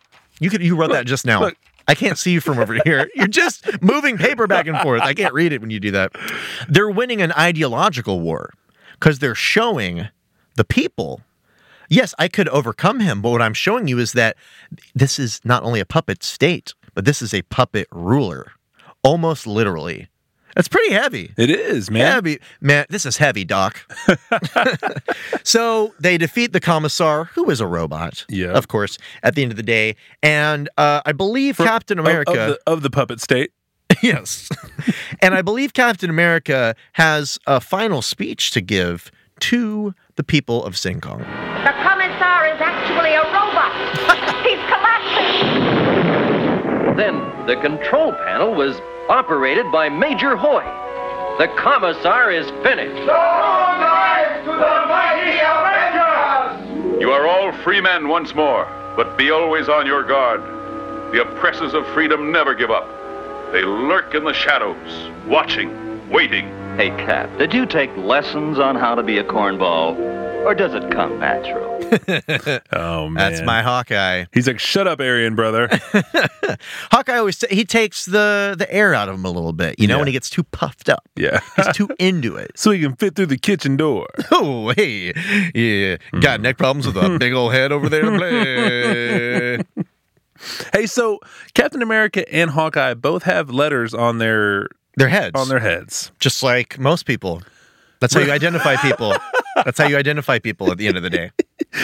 Speaker 2: You could you wrote that just now.
Speaker 3: look.
Speaker 2: I can't see you from over here. You're just moving paper back and forth. I can't read it when you do that. They're winning an ideological war because they're showing the people. Yes, I could overcome him, but what I'm showing you is that this is not only a puppet state, but this is a puppet ruler, almost literally. That's pretty heavy.
Speaker 3: It is, man.
Speaker 2: Heavy, man. This is heavy, Doc. so they defeat the commissar, who is a robot,
Speaker 3: Yeah.
Speaker 2: of course, at the end of the day. And uh, I believe
Speaker 3: For-
Speaker 2: Captain
Speaker 3: of-
Speaker 2: America,
Speaker 3: Of, the, of the puppet state.
Speaker 2: yes, and I believe Captain America has a final speech to give to the people of Sing Kong.
Speaker 3: Oh,
Speaker 6: The commissar is actually a robot. He's collapsing.
Speaker 7: Then the control panel was operated by Major Hoy. The commissar is finished.
Speaker 9: Long life to the mighty Avengers!
Speaker 5: You are all free men once more, but be always on your guard. The oppressors of freedom never give up. They lurk in the shadows, watching, waiting.
Speaker 7: Hey, Cap, did you take lessons on how to be a cornball? Or does it come natural?
Speaker 3: Oh, man.
Speaker 2: That's my Hawkeye.
Speaker 3: He's like, shut up, Aryan, brother.
Speaker 2: Hawkeye always say, he takes the the air out of him a little bit, you know,
Speaker 3: Yeah.
Speaker 2: when he gets too puffed up,
Speaker 3: yeah.
Speaker 2: he's too into it.
Speaker 3: so he can fit through the kitchen door.
Speaker 2: Oh, hey, yeah,
Speaker 3: Mm.
Speaker 2: got neck problems with a big old head over there. to play.
Speaker 3: Hey, so Captain America and Hawkeye both have letters on their
Speaker 2: their heads,
Speaker 3: on their heads.
Speaker 2: just like most people. That's how you identify people. That's how you identify people at the end of the day.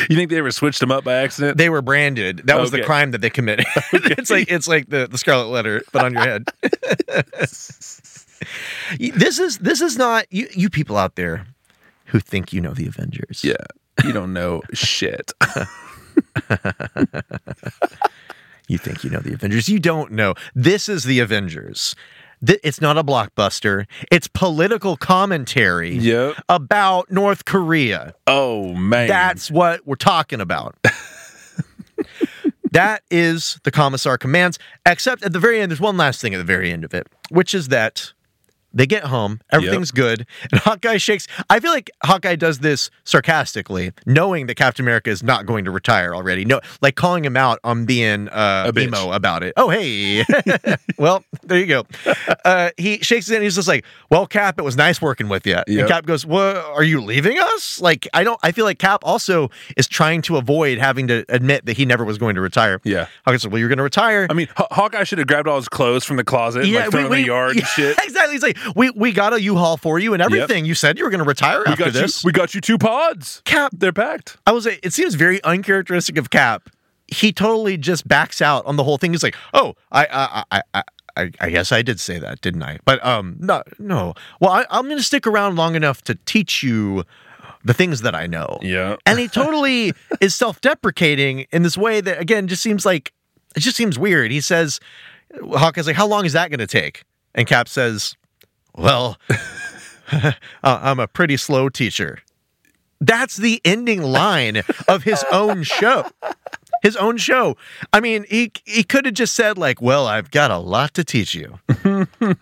Speaker 3: You think they ever switched them up by accident?
Speaker 2: They were branded. That was the
Speaker 3: Okay.
Speaker 2: crime that they committed. it's like it's like the, the scarlet letter, but on your head. this is this is not you you people out there who think you know the Avengers.
Speaker 3: yeah. You don't know shit.
Speaker 2: You think you know the Avengers. You don't know. This is the Avengers. Th- It's not a blockbuster. It's political commentary
Speaker 3: Yep.
Speaker 2: about North Korea.
Speaker 3: Oh man.
Speaker 2: That's what we're talking about. that is the commissar commands. Except at the very end, there's one last thing at the very end of it, which is that they get home, everything's good, and Hawkeye shakes. I feel like Hawkeye does this sarcastically, knowing that Captain America is not going to retire already. No, like calling him out on being uh,
Speaker 3: A bitch.
Speaker 2: emo about it. Oh hey, well there you go. Uh, he shakes his hand. And he's just like, "Well, Cap, it was nice working with you."
Speaker 3: Yep.
Speaker 2: And Cap goes, "What? Are you leaving us?" Like I don't. I feel like Cap also is trying to avoid having to admit that he never was going to retire.
Speaker 3: Yeah.
Speaker 2: Hawkeye said, "Well, you're going to retire."
Speaker 3: I mean, Haw- Hawkeye should have grabbed all his clothes from the closet and like, thrown in the yard
Speaker 2: yeah,
Speaker 3: and shit.
Speaker 2: Exactly. He's like, we we got a U-Haul for you and everything. You said you were going to retire
Speaker 3: We
Speaker 2: after
Speaker 3: got
Speaker 2: this.
Speaker 3: you. We got you two pods.
Speaker 2: Cap.
Speaker 3: They're packed.
Speaker 2: I was. like, It seems very uncharacteristic of Cap. He totally just backs out on the whole thing. He's like, oh, I I I. I I, I guess I did say that, didn't I? But um, no, no. Well, I, I'm going to stick around long enough to teach you the things that I know.
Speaker 3: Yeah.
Speaker 2: And he totally is self deprecating in this way that, again, just seems like it just seems weird. He says, Hawkeye's like, How long is that going to take? And Cap says, Well, I- I'm a pretty slow teacher. That's the ending line of his own show. His own show. I mean, he he could have just said like, "Well, I've got a lot to teach you.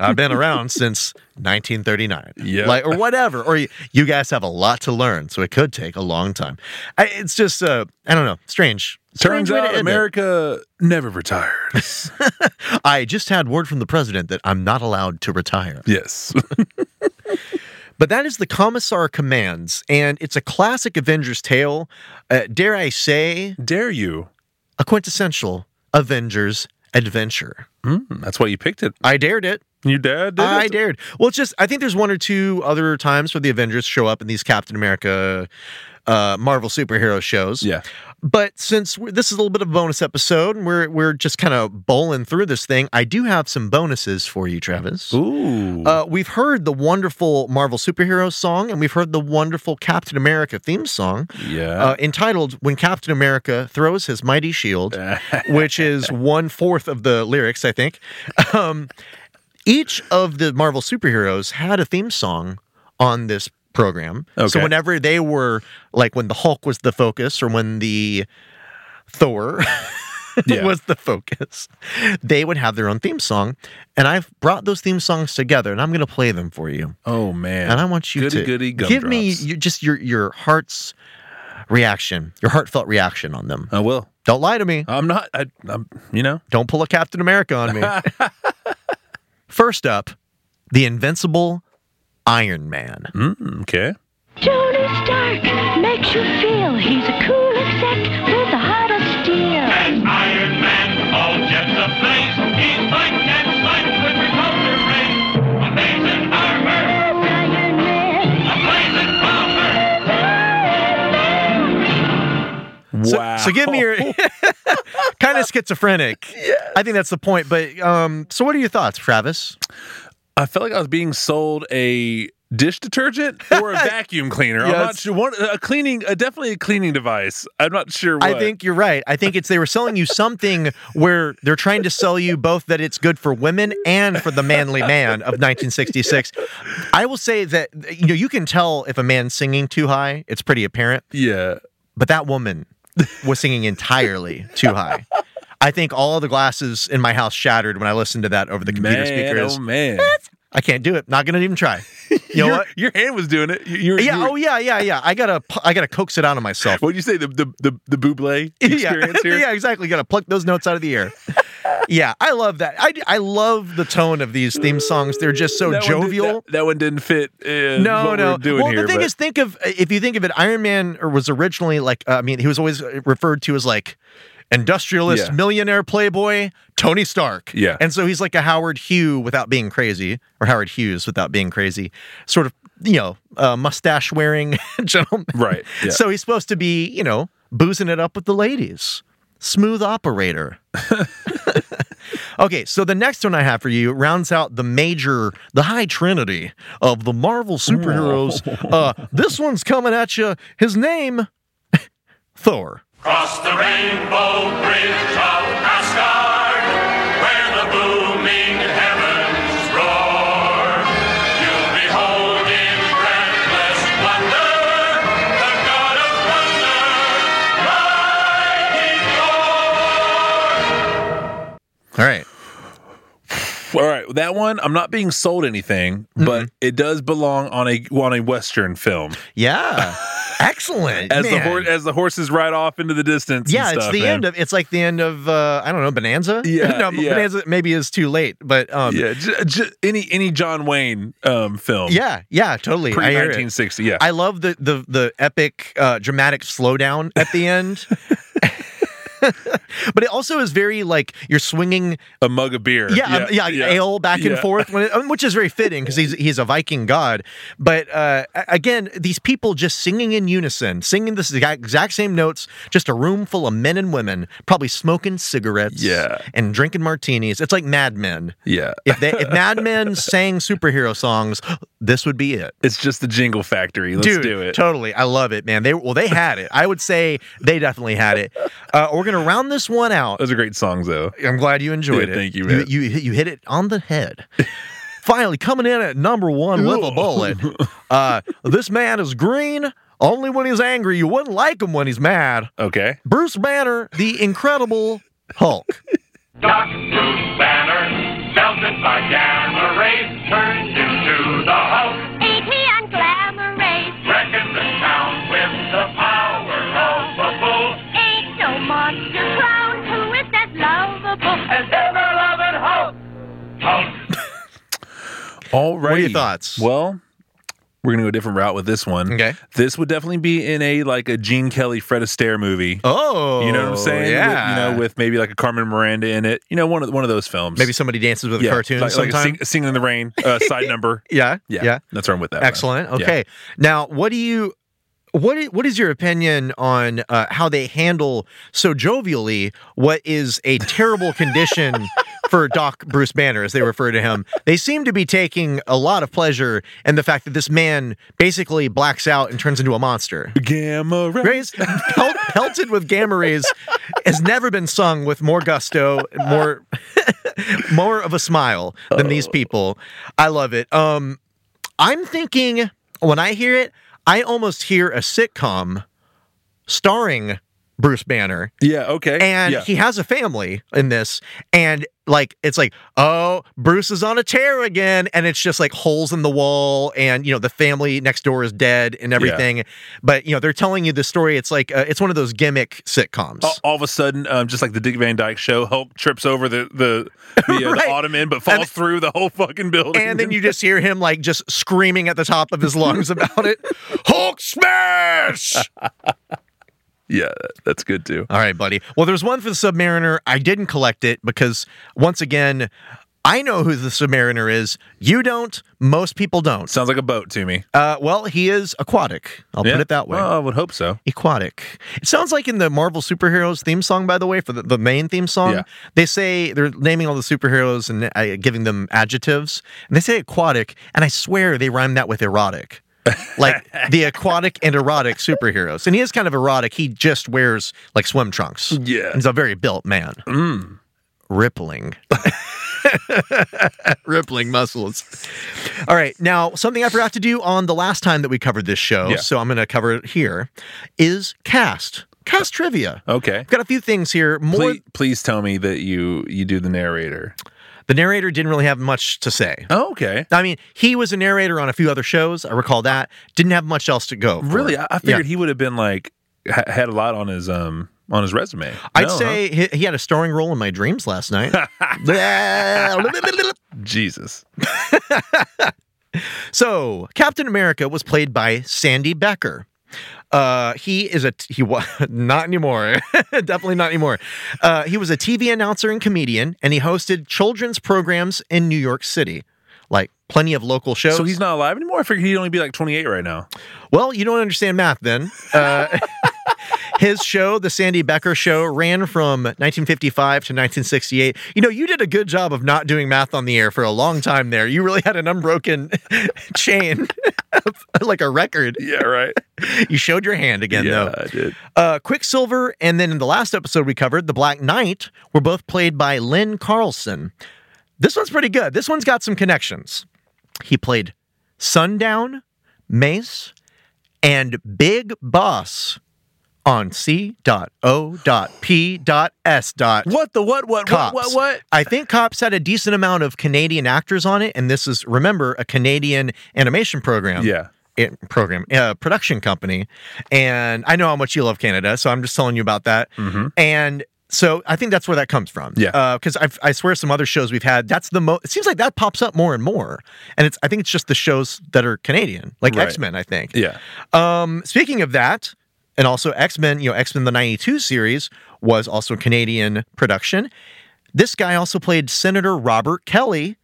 Speaker 2: I've been around since 1939,
Speaker 3: Yeah.
Speaker 2: like or whatever." Or you guys have a lot to learn, so it could take a long time. I, it's just, uh, I don't know, strange. Strange
Speaker 3: Turns
Speaker 2: way to
Speaker 3: out
Speaker 2: end it.
Speaker 3: America never retires.
Speaker 2: I just had word from the president that I'm not allowed to retire.
Speaker 3: yes.
Speaker 2: But that is the Commissar Commands, and it's a classic Avengers tale. Uh, dare I say,
Speaker 3: Dare you?
Speaker 2: a quintessential Avengers adventure.
Speaker 3: Mm, that's why you picked it.
Speaker 2: I dared it.
Speaker 3: Your dad did
Speaker 2: I
Speaker 3: it.
Speaker 2: dared. Well, it's just I think there's one or two other times where the Avengers show up in these Captain America, uh, Marvel superhero shows.
Speaker 3: Yeah.
Speaker 2: But since we're, this is a little bit of a bonus episode, and we're we're just kind of bowling through this thing. I do have some bonuses for you, Travis.
Speaker 3: Ooh.
Speaker 2: Uh, we've heard the wonderful Marvel superhero song, and we've heard the wonderful Captain America theme song
Speaker 3: yeah.
Speaker 2: uh, entitled When Captain America Throws His Mighty Shield, which is one fourth of the lyrics, I think. Um, each of the Marvel superheroes had a theme song on this program. So
Speaker 3: Okay.
Speaker 2: whenever they were, like when the Hulk was the focus or when the Thor
Speaker 3: yeah.
Speaker 2: was the focus, they would have their own theme song. And I've brought those theme songs together and I'm going to play them for you.
Speaker 3: oh man.
Speaker 2: And I want you
Speaker 3: goody,
Speaker 2: to
Speaker 3: goody
Speaker 2: give me
Speaker 3: gumdrops.
Speaker 2: your, just your your heart's reaction, your heartfelt reaction on them.
Speaker 3: I will.
Speaker 2: Don't lie to me.
Speaker 3: I'm not. I, I'm. You know.
Speaker 2: Don't pull a Captain America on me. First up, the invincible Iron Man.
Speaker 3: Mm, okay.
Speaker 11: Tony Stark makes you feel he's a cool exec with a heart of steel.
Speaker 1: And Iron Man, all jets ablaze. He's fighting and fighting with repulsor rays. Amazing armor. A blazing bomber.
Speaker 2: So,
Speaker 3: wow.
Speaker 2: so give me your kind of schizophrenic. I think that's the point. But um, so what are your thoughts, Travis?
Speaker 3: I felt like I was being sold a dish detergent or a vacuum cleaner. I'm not
Speaker 2: Yes.
Speaker 3: sure. One, a cleaning, uh, definitely a cleaning device. I'm not sure. What.
Speaker 2: I think you're right. I think it's they were selling you something where they're trying to sell you both that it's good for women and for the manly man of 1966. I will say that you know you can tell if a man's singing too high, it's pretty apparent,
Speaker 3: Yeah.
Speaker 2: but that woman was singing entirely too high. I think all of the glasses in my house shattered when I listened to that over the computer
Speaker 3: Man,
Speaker 2: speakers.
Speaker 3: oh man.
Speaker 2: I can't do it. Not going to even try. You know
Speaker 3: your,
Speaker 2: what?
Speaker 3: your hand was doing it. You, you were- you
Speaker 2: Yeah,
Speaker 3: were-
Speaker 2: oh yeah, yeah, yeah. I got to I got to coax it out of myself.
Speaker 3: What'd you say? The the the, the buble experience
Speaker 2: yeah.
Speaker 3: here.
Speaker 2: yeah, exactly. Got to pluck those notes out of the air. yeah, I love that. I, I love the tone of these theme songs. They're just so
Speaker 3: That one did-
Speaker 2: Oh, jovial.
Speaker 3: that, that one didn't fit. Uh,
Speaker 2: no,
Speaker 3: what
Speaker 2: no.
Speaker 3: We're doing
Speaker 2: well,
Speaker 3: here,
Speaker 2: the thing
Speaker 3: but-
Speaker 2: is, think of uh, if you think of it, Iron Man was originally like. Uh, I mean, he was always referred to as like industrialist,
Speaker 3: Yeah.
Speaker 2: millionaire, playboy, Tony Stark.
Speaker 3: Yeah.
Speaker 2: and so he's like a Howard Hugh without being crazy, or Howard Hughes without being crazy, sort of. You know, uh, mustache wearing gentleman.
Speaker 3: Right, yeah.
Speaker 2: So he's supposed to be, you know, boozing it up with the ladies. Smooth operator. Okay, so the next one I have for you rounds out the major, the high trinity of the Marvel superheroes. Uh, this one's coming at you. His name, Thor.
Speaker 1: Cross the rainbow bridge of Asgard, where the booming heavens roar. You'll behold in breathless wonder the god of thunder, mighty Thor.
Speaker 2: All right.
Speaker 3: All right, that one I'm not being sold anything,
Speaker 2: Mm-hmm.
Speaker 3: but it does belong on a on a western film.
Speaker 2: Yeah. Excellent.
Speaker 3: As the
Speaker 2: man.
Speaker 3: horse as the horses ride off into the distance. and
Speaker 2: Yeah, it's
Speaker 3: stuff,
Speaker 2: the
Speaker 3: man.
Speaker 2: end of. It's like the end of. Uh, I don't know, Bonanza.
Speaker 3: Yeah,
Speaker 2: no,
Speaker 3: yeah.
Speaker 2: Bonanza maybe is too late, but um, yeah,
Speaker 3: yeah, j- j- any any John Wayne um film.
Speaker 2: yeah, totally. I
Speaker 3: pre
Speaker 2: hear it.
Speaker 3: 1960. Yeah,
Speaker 2: I love the the the epic uh, dramatic slowdown at the end. but it also is very like you're swinging
Speaker 3: a mug of beer.
Speaker 2: Yeah, um, yeah, ale back and
Speaker 3: Yeah.
Speaker 2: forth, when it, um, which is very fitting because he's he's a Viking god. But uh, a- again, these people just singing in unison, singing this exact, exact same notes, just a room full of men and women, probably smoking cigarettes,
Speaker 3: Yeah.
Speaker 2: and drinking martinis. It's like Mad Men.
Speaker 3: Yeah.
Speaker 2: If they, if Mad Men sang superhero songs, this would be it.
Speaker 3: It's just the jingle factory. Let's
Speaker 2: Dude,
Speaker 3: do it.
Speaker 2: Totally, I love it, man. They well, they had it. I would say they definitely had it. Uh, we're gonna round this one out.
Speaker 3: Those are great songs, though.
Speaker 2: I'm glad you enjoyed
Speaker 3: Yeah,
Speaker 2: it.
Speaker 3: thank you, man.
Speaker 2: You, you you hit it on the head. Finally, coming in at number one with a bullet. Uh, this man is green only when he's angry. You wouldn't like him when he's mad.
Speaker 3: Okay.
Speaker 2: Bruce Banner, the Incredible Hulk.
Speaker 1: Dark Bruce Banner, melted by gamma rays, turned into the Hulk.
Speaker 11: Ain't he unglamorous?
Speaker 1: Reckon the town with the power of a bull.
Speaker 11: Ain't no monster clown who is as lovable
Speaker 1: as ever loving Hulk. Hulk.
Speaker 3: All right. What
Speaker 2: your thoughts?
Speaker 3: Well, we're gonna go a different route with this one.
Speaker 2: Okay.
Speaker 3: This would definitely be in a like a Gene Kelly, Fred Astaire movie.
Speaker 2: Oh,
Speaker 3: you know what I'm saying? With-
Speaker 2: Yeah,
Speaker 3: you know, with maybe like a Carmen Miranda in it. You know, one of one of those films.
Speaker 2: maybe somebody dances with
Speaker 3: yeah,
Speaker 2: a cartoon
Speaker 3: like, like a
Speaker 2: sometime.
Speaker 3: sing, singing in the rain. Uh, side number.
Speaker 2: yeah,
Speaker 3: Yeah.
Speaker 2: yeah.
Speaker 3: That's where I'm with that. one.
Speaker 2: Excellent.
Speaker 3: Yeah.
Speaker 2: Okay. Now, what do you what i- what is your opinion on uh, how they handle so jovially what is a terrible condition for Doc Bruce Banner, as they refer to him? They seem to be taking a lot of pleasure in the fact that this man basically blacks out and turns into a monster.
Speaker 3: Gamma rays.
Speaker 2: Rays pel- pelted with gamma rays has never been sung with more gusto, more more of a smile than these people. I love it. Um, I'm thinking when I hear it, I almost hear a sitcom starring Bruce Banner.
Speaker 3: Yeah. Okay.
Speaker 2: And
Speaker 3: yeah.
Speaker 2: he has a family in this, and like it's like, oh, Bruce is on a tear again, and it's just like holes in the wall, and you know the family next door is dead and everything. But you know they're telling you the story. It's like uh, it's one of those gimmick sitcoms.
Speaker 3: all, all of a sudden, um, just like the Dick Van Dyke show, Hulk trips over the the the, uh,
Speaker 2: Right.
Speaker 3: the ottoman, but falls
Speaker 2: And-
Speaker 3: through the whole fucking building.
Speaker 2: And then you just hear him like just screaming at the top of his lungs about it. Hulk smash!
Speaker 3: yeah, that's good too.
Speaker 2: All right, buddy. Well, there's one for the Submariner. I didn't collect it because, once again, I know who the Submariner is. You don't. Most people don't.
Speaker 3: Sounds like a boat to me.
Speaker 2: Uh, well, he is aquatic. I'll
Speaker 3: Yeah.
Speaker 2: put it that way.
Speaker 3: Well, uh, I would hope so.
Speaker 2: aquatic. It sounds like in the Marvel superheroes theme song, by the way, for the, the main theme song,
Speaker 3: Yeah.
Speaker 2: they say they're naming all the superheroes and uh, giving them adjectives, and they say aquatic, and I swear they rhyme that with erotic. like the aquatic and erotic superheroes. And he is kind of erotic. He just wears like swim trunks.
Speaker 3: Yeah. Mm.
Speaker 2: He's a very built man. Rippling. Rippling muscles. All right. Now, something I forgot to do on the last time that we covered this show,
Speaker 3: Yeah.
Speaker 2: so I'm going to cover it here, is cast. Cast trivia.
Speaker 3: Okay.
Speaker 2: I've got a few things here. More
Speaker 3: Please, please tell me that you you do the narrator.
Speaker 2: the narrator didn't really have much to say.
Speaker 3: Oh, okay.
Speaker 2: I mean, he was a narrator on a few other shows. I recall that. Didn't have much else to go. for.
Speaker 3: Really, I, I
Speaker 2: Yeah.
Speaker 3: figured he would have been like ha- had a lot on his um on his resume.
Speaker 2: I'd
Speaker 3: No,
Speaker 2: say he, he had a starring role in my dreams last night.
Speaker 3: huh? Jesus.
Speaker 2: so, Captain America was played by Sandy Becker. Uh, he is a t- he was not anymore, definitely not anymore. Uh, he was a TV announcer and comedian, and he hosted children's programs in New York City, like plenty of local shows.
Speaker 3: So he's not alive anymore. I figured he'd only be like 28 right now.
Speaker 2: Well, you don't understand math then. Uh, his show, The Sandy Becker Show, ran from 1955 to 1968. You know, you did a good job of not doing math on the air for a long time there. You really had an unbroken chain, of, like a record.
Speaker 3: Yeah, right.
Speaker 2: You showed your hand again,
Speaker 3: yeah,
Speaker 2: though.
Speaker 3: I did.
Speaker 2: Uh, Quicksilver and then in the last episode we covered, The Black Knight, were both played by Lynn Carlson. This one's pretty good. This one's got some connections. He played Sundown, Mace, and Big Boss on C.O.P.S.
Speaker 3: What the what what
Speaker 2: Cops.
Speaker 3: what what what?
Speaker 2: I think Cops had a decent amount of Canadian actors on it, and this is, remember, a Canadian animation program
Speaker 3: Yeah.
Speaker 2: it, program uh, production company and i know how much you love canada so i'm just telling you about that and so i think that's where that comes from
Speaker 3: Mm-hmm. Yeah.
Speaker 2: because i swear some other shows we've had that's the most it seems like that pops up more and more and it's i think it's just the shows that are canadian like
Speaker 3: Right.
Speaker 2: x-men i think
Speaker 3: Yeah.
Speaker 2: um speaking of that And also X Men, you know, X Men the 92 series was also a Canadian production. This guy also played Senator Robert Kelly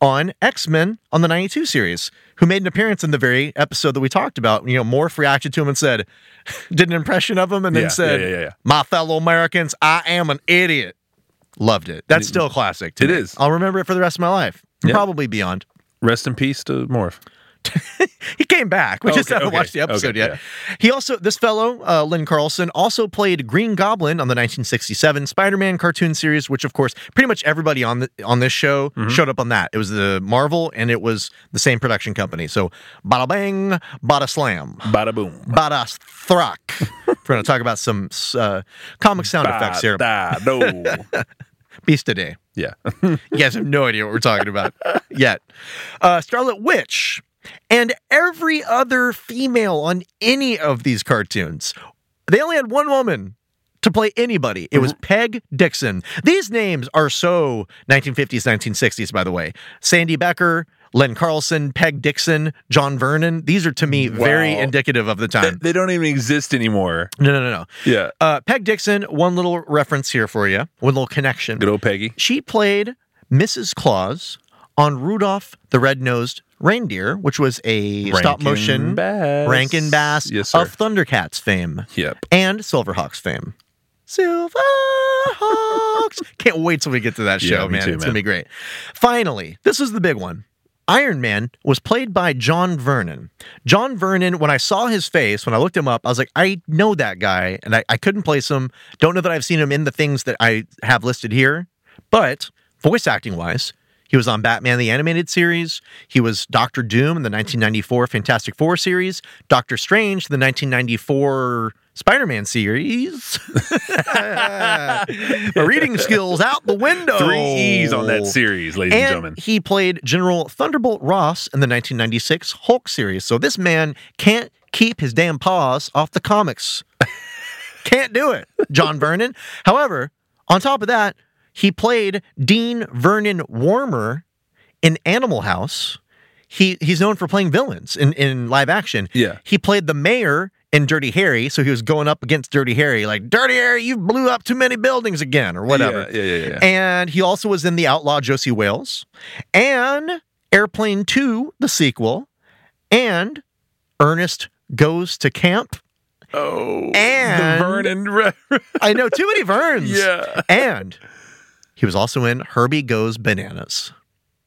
Speaker 2: on X Men on the 92 series, who made an appearance in the very episode that we talked about. You know, Morph reacted to him and said, did an impression of him and then
Speaker 3: Yeah,
Speaker 2: said,
Speaker 3: yeah, yeah, yeah.
Speaker 2: My fellow Americans, I am an idiot. Loved it. That's still a classic. To
Speaker 3: It
Speaker 2: me.
Speaker 3: is.
Speaker 2: I'll remember it for the rest of my life,
Speaker 3: Yeah.
Speaker 2: probably beyond.
Speaker 3: Rest in peace to Morph.
Speaker 2: He came back. We just
Speaker 3: Okay,
Speaker 2: haven't
Speaker 3: okay,
Speaker 2: watched the episode
Speaker 3: okay,
Speaker 2: yet. He also, this fellow, uh, Lynn Carlson, also played Green Goblin on the 1967 Spider-Man cartoon series, which, of course, pretty much everybody on the, on this show
Speaker 3: Mm-hmm.
Speaker 2: showed up on that. It was the Marvel, and it was the same production company. So, bada bang, bada slam,
Speaker 3: bada boom,
Speaker 2: bada throck. We're going to talk about some uh, comic sound effects here.
Speaker 3: Da, no.
Speaker 2: Beast today.
Speaker 3: yeah.
Speaker 2: you guys have no idea what we're talking about yet. Uh, Scarlet Witch and every other female on any of these cartoons. They only had one woman to play anybody. It was Peg Dixon. These names are so 1950s, 1960s, by the way. Sandy Becker. Len Carlson, Peg Dixon, John Vernon. These are to me very
Speaker 3: Wow.
Speaker 2: indicative of the
Speaker 3: They,
Speaker 2: time.
Speaker 3: they don't even exist anymore.
Speaker 2: No, no, no, no.
Speaker 3: Yeah.
Speaker 2: Uh, Peg Dixon, one little reference here for you, one little connection.
Speaker 3: Good old Peggy.
Speaker 2: She played Mrs. Claus on Rudolph the Red-Nosed Reindeer, which was a stop motion
Speaker 3: Rankin-Bass.
Speaker 2: Rankin Bass
Speaker 3: Yes, sir.
Speaker 2: of Thundercats fame
Speaker 3: Yep.
Speaker 2: and Silverhawks fame. Silverhawks. Can't wait till we get to that
Speaker 3: Yeah,
Speaker 2: show,
Speaker 3: me
Speaker 2: man.
Speaker 3: too,
Speaker 2: it's
Speaker 3: man.
Speaker 2: gonna be great. Finally, this is the big one. Iron Man was played by John Vernon. John Vernon, when I saw his face, when I looked him up, I was like, I know that guy, and I, I couldn't place him. Don't know that I've seen him in the things that I have listed here, but voice acting wise, he was on Batman the Animated Series. He was Doctor Doom in the 1994 Fantastic Four series, Doctor Strange, the 1994 Spider Man series. My reading skills out the window.
Speaker 3: Three E's on that series, ladies and, gentlemen.
Speaker 2: He played General Thunderbolt Ross in the 1996 Hulk series. So this man can't keep his damn paws off the comics. can't do it, John Vernon. However, on top of that, he played Dean Vernon Warmer in Animal House. He he's known for playing villains in, in live action.
Speaker 3: Yeah.
Speaker 2: He played the mayor in Dirty Harry, so he was going up against Dirty Harry, like, Dirty Harry, you blew up too many buildings again, or whatever.
Speaker 3: Yeah, yeah, yeah. yeah.
Speaker 2: And he also was in The Outlaw Josie Wales and Airplane 2, the sequel, and Ernest Goes to Camp.
Speaker 3: oh.
Speaker 2: and-
Speaker 3: the Vernon. Re-
Speaker 2: I know too many Verns.
Speaker 3: yeah.
Speaker 2: And he was also in Herbie Goes Bananas,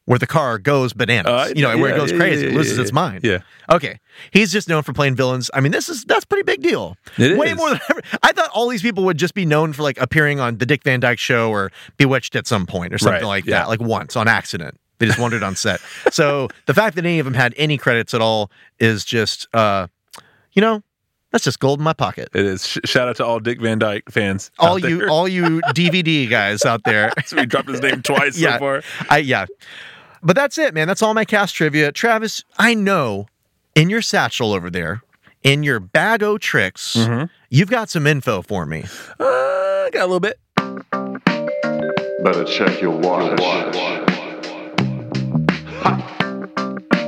Speaker 2: where the car goes bananas.
Speaker 3: Uh,
Speaker 2: you know, where it
Speaker 3: yeah,
Speaker 2: goes
Speaker 3: yeah,
Speaker 2: crazy,
Speaker 3: yeah,
Speaker 2: it loses
Speaker 3: yeah,
Speaker 2: its mind.
Speaker 3: Yeah.
Speaker 2: Okay. He's just known for playing villains. I mean, this is that's a pretty big deal.
Speaker 3: It
Speaker 2: Way
Speaker 3: is.
Speaker 2: more than ever. I thought all these people would just be known for like appearing on the Dick Van Dyke show or Bewitched at some point or something
Speaker 3: Right,
Speaker 2: like
Speaker 3: yeah.
Speaker 2: that, like once on accident. They just wandered on set. So the fact that any of them had any credits at all is just, uh, you know, that's just gold in my pocket
Speaker 3: It is. Sh- shout out to all Dick Van Dyke fans.
Speaker 2: all
Speaker 3: out
Speaker 2: you
Speaker 3: there.
Speaker 2: all you DVD guys out there.
Speaker 3: So we dropped his name twice
Speaker 2: Yeah.
Speaker 3: so far.
Speaker 2: I yeah. But that's it, man. That's all my cast trivia. Travis, I know in your satchel over there, in your bag o' tricks,
Speaker 3: Mm-hmm.
Speaker 2: you've got some info for me.
Speaker 3: Uh, got a little bit.
Speaker 12: Better check your watch.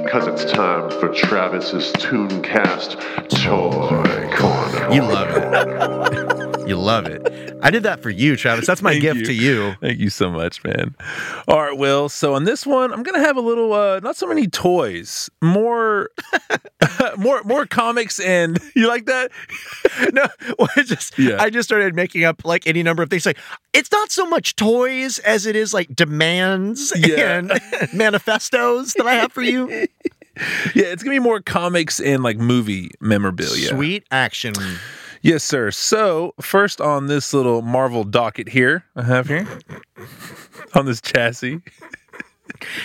Speaker 12: Because it's time for Travis's Tooncast Toy Corner.
Speaker 2: You love it. you love it. I did that for you, Travis. That's my
Speaker 3: Thank
Speaker 2: gift
Speaker 3: you.
Speaker 2: to you.
Speaker 3: Thank you so much, man. All right, Will. So on this one, I'm gonna have a little uh not so many toys, more more more comics and you like that?
Speaker 2: no, well, I just
Speaker 3: Yeah.
Speaker 2: I just started making up like any number of things. Like it's not so much toys as it is like demands
Speaker 3: Yeah.
Speaker 2: and manifestos that I have for you.
Speaker 3: Yeah, it's gonna be more comics and like movie memorabilia.
Speaker 2: Sweet action.
Speaker 3: Yes, sir. So first on this little Marvel docket here I have here on this chassis.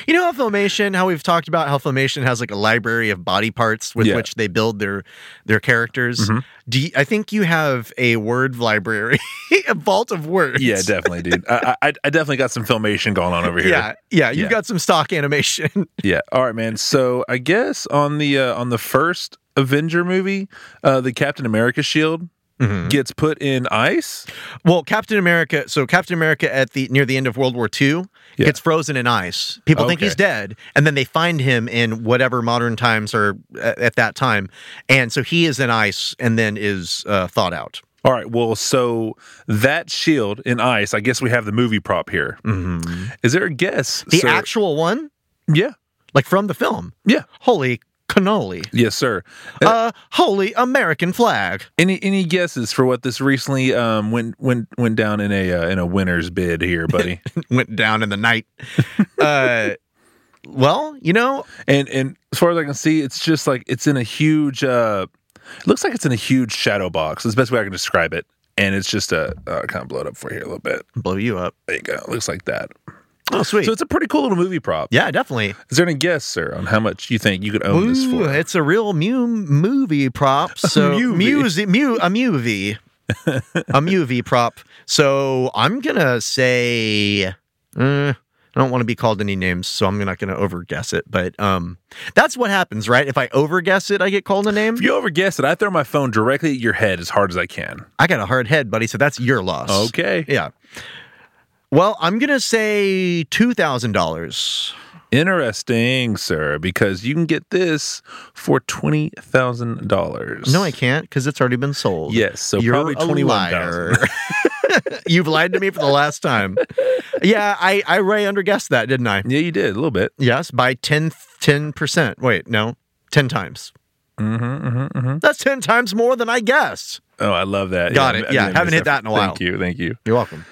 Speaker 2: You know how Filmation, how we've talked about how Filmation has like a library of body parts with
Speaker 3: Yeah. Mm-hmm.
Speaker 2: which they build their their characters. Do you, I think you have a word library, a vault of words?
Speaker 3: Yeah, definitely, dude. I, I I definitely got some filmation going on over here.
Speaker 2: Yeah, yeah, you've
Speaker 3: Yeah.
Speaker 2: got some stock animation.
Speaker 3: Yeah. All right, man. So I guess on the uh, on the first Avenger movie, uh, the Captain America shield gets put in ice.
Speaker 2: Well, Captain America. So Captain America at the near the end of World War II gets frozen in ice. People think
Speaker 3: Okay.
Speaker 2: he's dead, and then they find him in whatever modern times or at, at that time, and so he is in ice and then is uh, thawed out.
Speaker 3: All right. Well, so that shield in ice, I guess we have the movie prop here. Is there a guess?
Speaker 2: The
Speaker 3: sir?
Speaker 2: actual one,
Speaker 3: yeah,
Speaker 2: like from the film.
Speaker 3: Yeah.
Speaker 2: Holy cannoli!
Speaker 3: Yes, sir.
Speaker 2: Uh, holy American flag.
Speaker 3: Any any guesses for what this recently um went went went down in a uh, in a winner's bid here, buddy?
Speaker 2: Went down in the night. uh, well, you know,
Speaker 3: and and as far as I can see, it's just like it's in a huge. uh it Looks like it's in a huge shadow box. That's the best way I can describe it. And it's just a uh, kind of blow it up for here a little bit.
Speaker 2: Blow you up.
Speaker 3: There you go. It looks like that.
Speaker 2: Oh, sweet.
Speaker 3: So it's a pretty cool little movie prop.
Speaker 2: yeah, definitely.
Speaker 3: Is there any guess, sir, on how much you think you could own this
Speaker 2: Ooh,
Speaker 3: for?
Speaker 2: It's a real mu- movie prop. So
Speaker 3: movie.
Speaker 2: music, mu- a movie, a movie prop. So I'm gonna say, uh, I don't want to be called any names, so I'm not gonna overguess it. But um, that's what happens, right? If I overguess it, I get called a name.
Speaker 3: If you ever guess it, I throw my phone directly at your head as hard as I can.
Speaker 2: I got a hard head, buddy. So that's your loss.
Speaker 3: Okay.
Speaker 2: Yeah. Well, I'm gonna say two thousand dollars.
Speaker 3: Interesting, sir, because you can get this for twenty thousand dollars.
Speaker 2: No, I can't because it's already been sold.
Speaker 3: Yes, so
Speaker 2: You're
Speaker 3: probably
Speaker 2: a
Speaker 3: 21,000.
Speaker 2: liar. You've lied to me for the last time. Yeah, I I way underguessed that, didn't I?
Speaker 3: Yeah, you did a little bit.
Speaker 2: Yes, by 10 percent. Wait, no, ten times. Mm-hmm, mm-hmm, That's ten times more than I guessed.
Speaker 3: Oh, I love that.
Speaker 2: Got
Speaker 3: I
Speaker 2: it.
Speaker 3: didn't
Speaker 2: Yeah,
Speaker 3: miss
Speaker 2: haven't hit that in a while.
Speaker 3: Thank you. Thank you.
Speaker 2: You're welcome.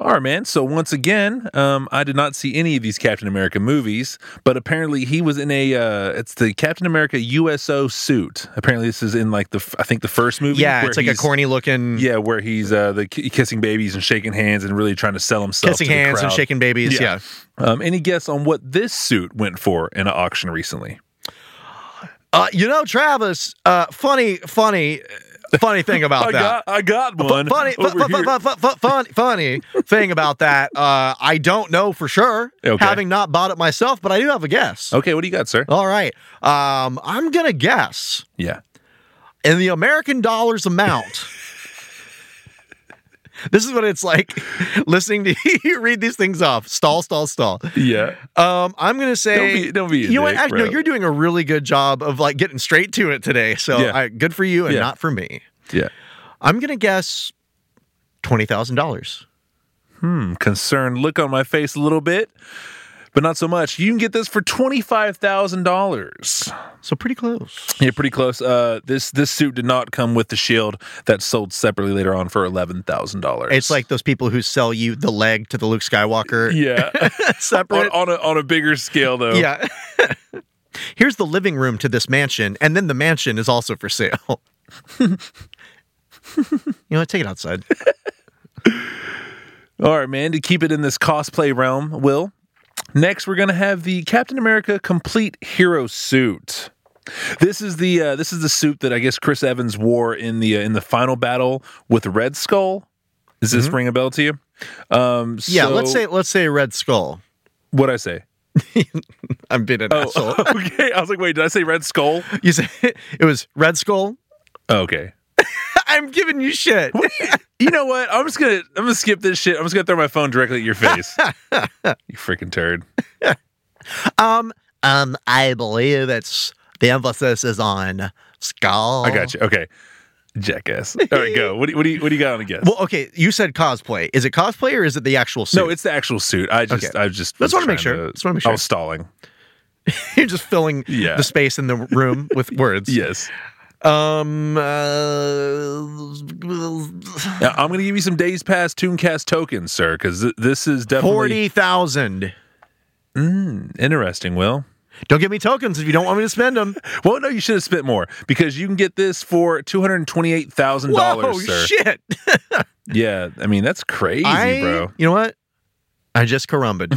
Speaker 3: All right, man. So once again, um, I did not see any of these Captain America movies, but apparently he was in a. Uh, it's the Captain America USO suit. Apparently, this is in like the f- I think the first movie.
Speaker 2: Yeah,
Speaker 3: where
Speaker 2: it's like a
Speaker 3: he's-
Speaker 2: corny looking
Speaker 3: Yeah, where he's uh, the ki- kissing babies and shaking hands and really trying to sell himself.
Speaker 2: kissing
Speaker 3: to the
Speaker 2: hands and
Speaker 3: crowd.
Speaker 2: shaking babies. yeah.
Speaker 3: Um, any guess on what this suit went for in an auction recently?
Speaker 2: Uh, you know, Travis. Uh, funny, funny, funny thing about
Speaker 3: I
Speaker 2: that.
Speaker 3: got I got
Speaker 2: Fu-
Speaker 3: one.
Speaker 2: funny, fu-
Speaker 3: over
Speaker 2: fu-
Speaker 3: here.
Speaker 2: fu- fu- fu- fun- funny thing about that. Uh, I don't know for sure,
Speaker 3: Okay. Oh.
Speaker 2: having not bought it myself, but I do have a guess.
Speaker 3: Okay, what do you got, sir?
Speaker 2: All right, um, I'm gonna guess
Speaker 3: Yeah.
Speaker 2: in the American dollars amount. this is what it's like listening to you read these things off. Stall, stall, stall.
Speaker 3: Yeah.
Speaker 2: Um, I'm gonna say
Speaker 3: Don't be- don't be a
Speaker 2: you know what?
Speaker 3: dick,
Speaker 2: Actually, no,
Speaker 3: bro.
Speaker 2: you're doing a really good job of like getting straight to it today. So
Speaker 3: Yeah.
Speaker 2: I, good for you and
Speaker 3: Yeah.
Speaker 2: not for me.
Speaker 3: Yeah.
Speaker 2: I'm gonna guess twenty thousand dollars.
Speaker 3: Hmm, concerned look on my face a little bit, but not so much. You can get this for twenty five thousand dollars.
Speaker 2: So pretty close.
Speaker 3: Yeah, pretty close. Uh, this this suit did not come with the shield that sold separately later on for eleven thousand dollars.
Speaker 2: It's like those people who sell you the leg to the Luke Skywalker
Speaker 3: yeah, on,
Speaker 2: separate.
Speaker 3: on a on a bigger scale though.
Speaker 2: Yeah. Here's the living room to this mansion, and then the mansion is also for sale. you know what? Take it outside.
Speaker 3: All right, man. To keep it in this cosplay realm, Will. Next, we're gonna have the Captain America Complete Hero Suit. This is the uh, this is the suit that I guess Chris Evans wore in the uh, in the final battle with Red Skull. Does this ring a bell to you? Um,
Speaker 2: Mm-hmm. Yeah,
Speaker 3: so-
Speaker 2: let's say let's say Red Skull.
Speaker 3: what I say.
Speaker 2: I'm being an asshole.
Speaker 3: Oh, okay. I was like, wait, did I say Red Skull?
Speaker 2: You say it was Red Skull. Oh,
Speaker 3: Okay.
Speaker 2: I'm giving you shit.
Speaker 3: You know what? I'm just gonna I'm gonna skip this shit. I'm just gonna throw my phone directly at your face. you freaking turd.
Speaker 2: Um, um, I believe it's the emphasis is on skull.
Speaker 3: I got you. Okay. Jackass. All right, go. What do, you- what do you what do you got on a guess?
Speaker 2: Well, okay, you said cosplay. Is it cosplay or is it the actual suit?
Speaker 3: No, it's the actual suit. I just,
Speaker 2: Okay.
Speaker 3: I just.
Speaker 2: Just
Speaker 3: was
Speaker 2: wanna make
Speaker 3: trying
Speaker 2: sure. Just wanna make sure.
Speaker 3: I was stalling.
Speaker 2: you're just filling
Speaker 3: Yeah.
Speaker 2: the space in the room with words.
Speaker 3: Yes.
Speaker 2: Um. Uh,
Speaker 3: Now, I'm going to give you some days past Tooncast tokens, sir, because th- this is definitely
Speaker 2: Forty thousand.
Speaker 3: interesting. Will.
Speaker 2: Don't give me tokens if you don't want me to spend them.
Speaker 3: Well, no, you should have spent more because you can get this for two hundred twenty-eight thousand
Speaker 2: Whoa,
Speaker 3: dollars, sir.
Speaker 2: shit!
Speaker 3: Yeah, I mean that's crazy,
Speaker 2: I,
Speaker 3: bro.
Speaker 2: You know what? I just carumbled.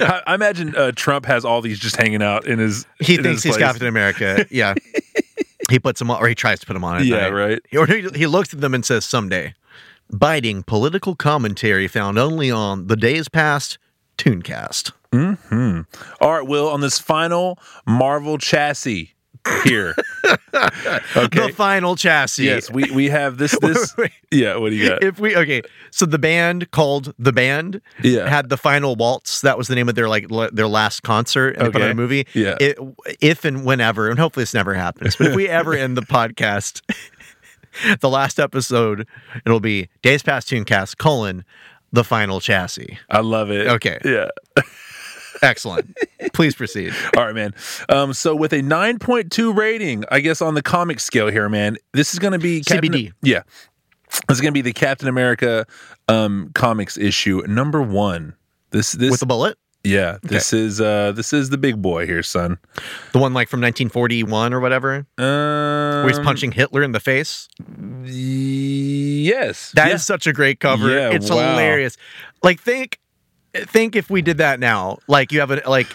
Speaker 3: I, I imagine uh, Trump has all these just hanging out in his.
Speaker 2: He
Speaker 3: in
Speaker 2: thinks
Speaker 3: his
Speaker 2: he's
Speaker 3: place.
Speaker 2: Captain America. Yeah. he puts them on, or he tries to put them on. At night.
Speaker 3: Yeah, right.
Speaker 2: Or he, he looks at them and says, someday. Biting political commentary found only on The Days Past Tooncast.
Speaker 3: Mm-hmm. All right, Will, on this final Marvel chassis, here.
Speaker 2: The final chassis.
Speaker 3: Yes, we we have this this. Yeah, what do you got?
Speaker 2: If we okay, so the band called the band
Speaker 3: Yeah.
Speaker 2: had the final waltz. That was the name of their like le- their last concert and they put on
Speaker 3: Okay.
Speaker 2: a movie.
Speaker 3: Yeah.
Speaker 2: It, if and whenever, and hopefully this never happens, but if we ever end the podcast, the last episode, it'll be days past Tooncast colon the final chassis.
Speaker 3: I love it.
Speaker 2: Okay.
Speaker 3: Yeah.
Speaker 2: Excellent. Please proceed.
Speaker 3: All right, man. Um, so with a 9.2 rating, I guess on the comic scale here, man, this is going to be
Speaker 2: CBD.
Speaker 3: Yeah. This is going to be the Captain America um, comics issue number 1. This this
Speaker 2: With a bullet.
Speaker 3: Yeah, this is uh this is the big boy here, son.
Speaker 2: The one like from 1941 or whatever,
Speaker 3: Um,
Speaker 2: where he's punching Hitler in the face.
Speaker 3: Yes.
Speaker 2: That is
Speaker 3: Yeah.
Speaker 2: such a great cover.
Speaker 3: Yeah,
Speaker 2: it's
Speaker 3: wow.
Speaker 2: hilarious. Like think think if we did that now, like you have a like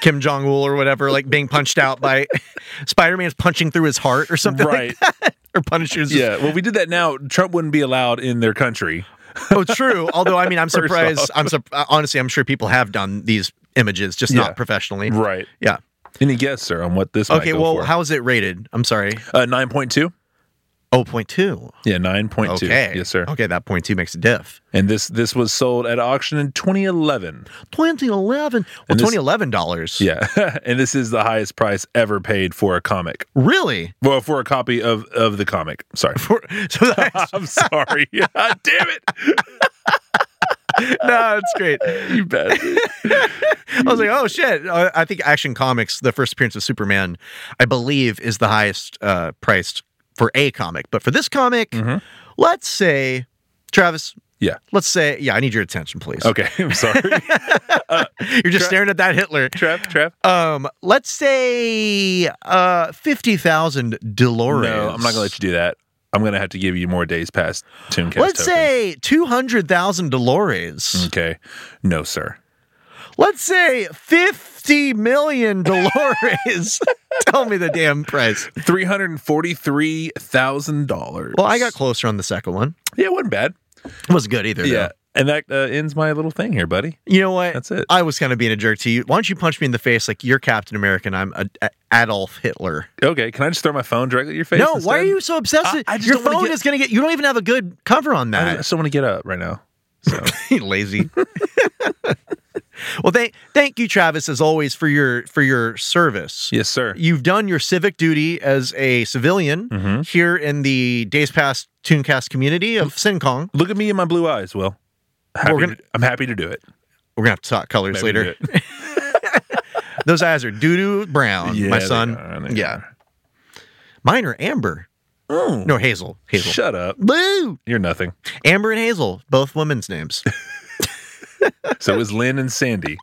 Speaker 2: Kim Jong Il or whatever, like being punched out by Spider Man's punching through his heart or something, like
Speaker 3: Right.
Speaker 2: that. or Punisher's.
Speaker 3: yeah. Well, if we did that now, Trump wouldn't be allowed in their country.
Speaker 2: oh, true. Although I mean, I'm
Speaker 3: First
Speaker 2: surprised.
Speaker 3: off.
Speaker 2: I'm sur- honestly, I'm sure people have done these images, just
Speaker 3: Yeah.
Speaker 2: not professionally.
Speaker 3: Right.
Speaker 2: Yeah.
Speaker 3: Any guess, sir, on what this might
Speaker 2: Okay.
Speaker 3: go
Speaker 2: Well,
Speaker 3: for?
Speaker 2: how is it rated? I'm sorry.
Speaker 3: uh, 9.2?
Speaker 2: Oh, point two.
Speaker 3: Yeah, 9.2.
Speaker 2: Okay.
Speaker 3: Yes, sir.
Speaker 2: Okay, that point two makes a diff.
Speaker 3: And this this was sold at auction in 2011.
Speaker 2: 2011. Well,
Speaker 3: And this-
Speaker 2: 2011 dollars.
Speaker 3: Yeah. and this is the highest price ever paid for a comic.
Speaker 2: Really?
Speaker 3: Well, for a copy of of the comic. Sorry.
Speaker 2: For- so that's
Speaker 3: I'm sorry. God damn it.
Speaker 2: no, it's great.
Speaker 3: You bet.
Speaker 2: I was like, oh shit. Uh, I think Action Comics, the first appearance of Superman, I believe, is the highest uh, priced for a comic. But for this comic,
Speaker 3: Mm-hmm.
Speaker 2: let's say, Travis,
Speaker 3: Yeah.
Speaker 2: let's say, yeah, I need your attention, please.
Speaker 3: Okay. I'm sorry.
Speaker 2: You're just staring at that Hitler.
Speaker 3: Trev, Trev.
Speaker 2: Um, let's say uh, 50,000 Dolores.
Speaker 3: No, I'm not going to let you do that. I'm going to have to give you more days past Tooncast.
Speaker 2: Let's
Speaker 3: tokens.
Speaker 2: say 200,000 Dolores.
Speaker 3: Okay. No, sir.
Speaker 2: Let's say 50 million Dolores. Tell me the damn price.
Speaker 3: $343,000.
Speaker 2: Well, I got closer on the second one.
Speaker 3: Yeah, it wasn't bad.
Speaker 2: It was good either.
Speaker 3: Yeah.
Speaker 2: though.
Speaker 3: And that uh, ends my little thing here, buddy.
Speaker 2: You know what?
Speaker 3: That's it.
Speaker 2: I was kind of being a jerk to you. Why don't you punch me in the face like you're Captain America and I'm a, a- Adolf Hitler?
Speaker 3: Okay. Can I just throw my phone directly at your face?
Speaker 2: No, why are
Speaker 3: instead?
Speaker 2: you so obsessed?
Speaker 3: I-
Speaker 2: with-
Speaker 3: I just
Speaker 2: Your
Speaker 3: don't wanna
Speaker 2: phone
Speaker 3: get-
Speaker 2: is going to get. You don't even have a good cover on
Speaker 3: I,
Speaker 2: that.
Speaker 3: I still want to get up right now. So.
Speaker 2: You lazy. well, thank thank you, Travis, as always for your for your service.
Speaker 3: yes, sir.
Speaker 2: You've done your civic duty as a civilian
Speaker 3: Mm-hmm.
Speaker 2: here in the days past Tooncast community of Sin Kong.
Speaker 3: Look at me in my blue eyes, Will. Happy
Speaker 2: We're gonna-
Speaker 3: to- I'm happy to do it.
Speaker 2: We're gonna have to talk colors
Speaker 3: Happy to
Speaker 2: later.
Speaker 3: do it.
Speaker 2: Those eyes are doo doo brown,
Speaker 3: Yeah,
Speaker 2: my
Speaker 3: they
Speaker 2: son.
Speaker 3: are, they
Speaker 2: yeah, mine are amber.
Speaker 3: Mm.
Speaker 2: No, Hazel. Hazel.
Speaker 3: Shut up.
Speaker 2: Blue.
Speaker 3: You're nothing.
Speaker 2: Amber and Hazel, both women's names.
Speaker 3: So it was Lynn and Sandy.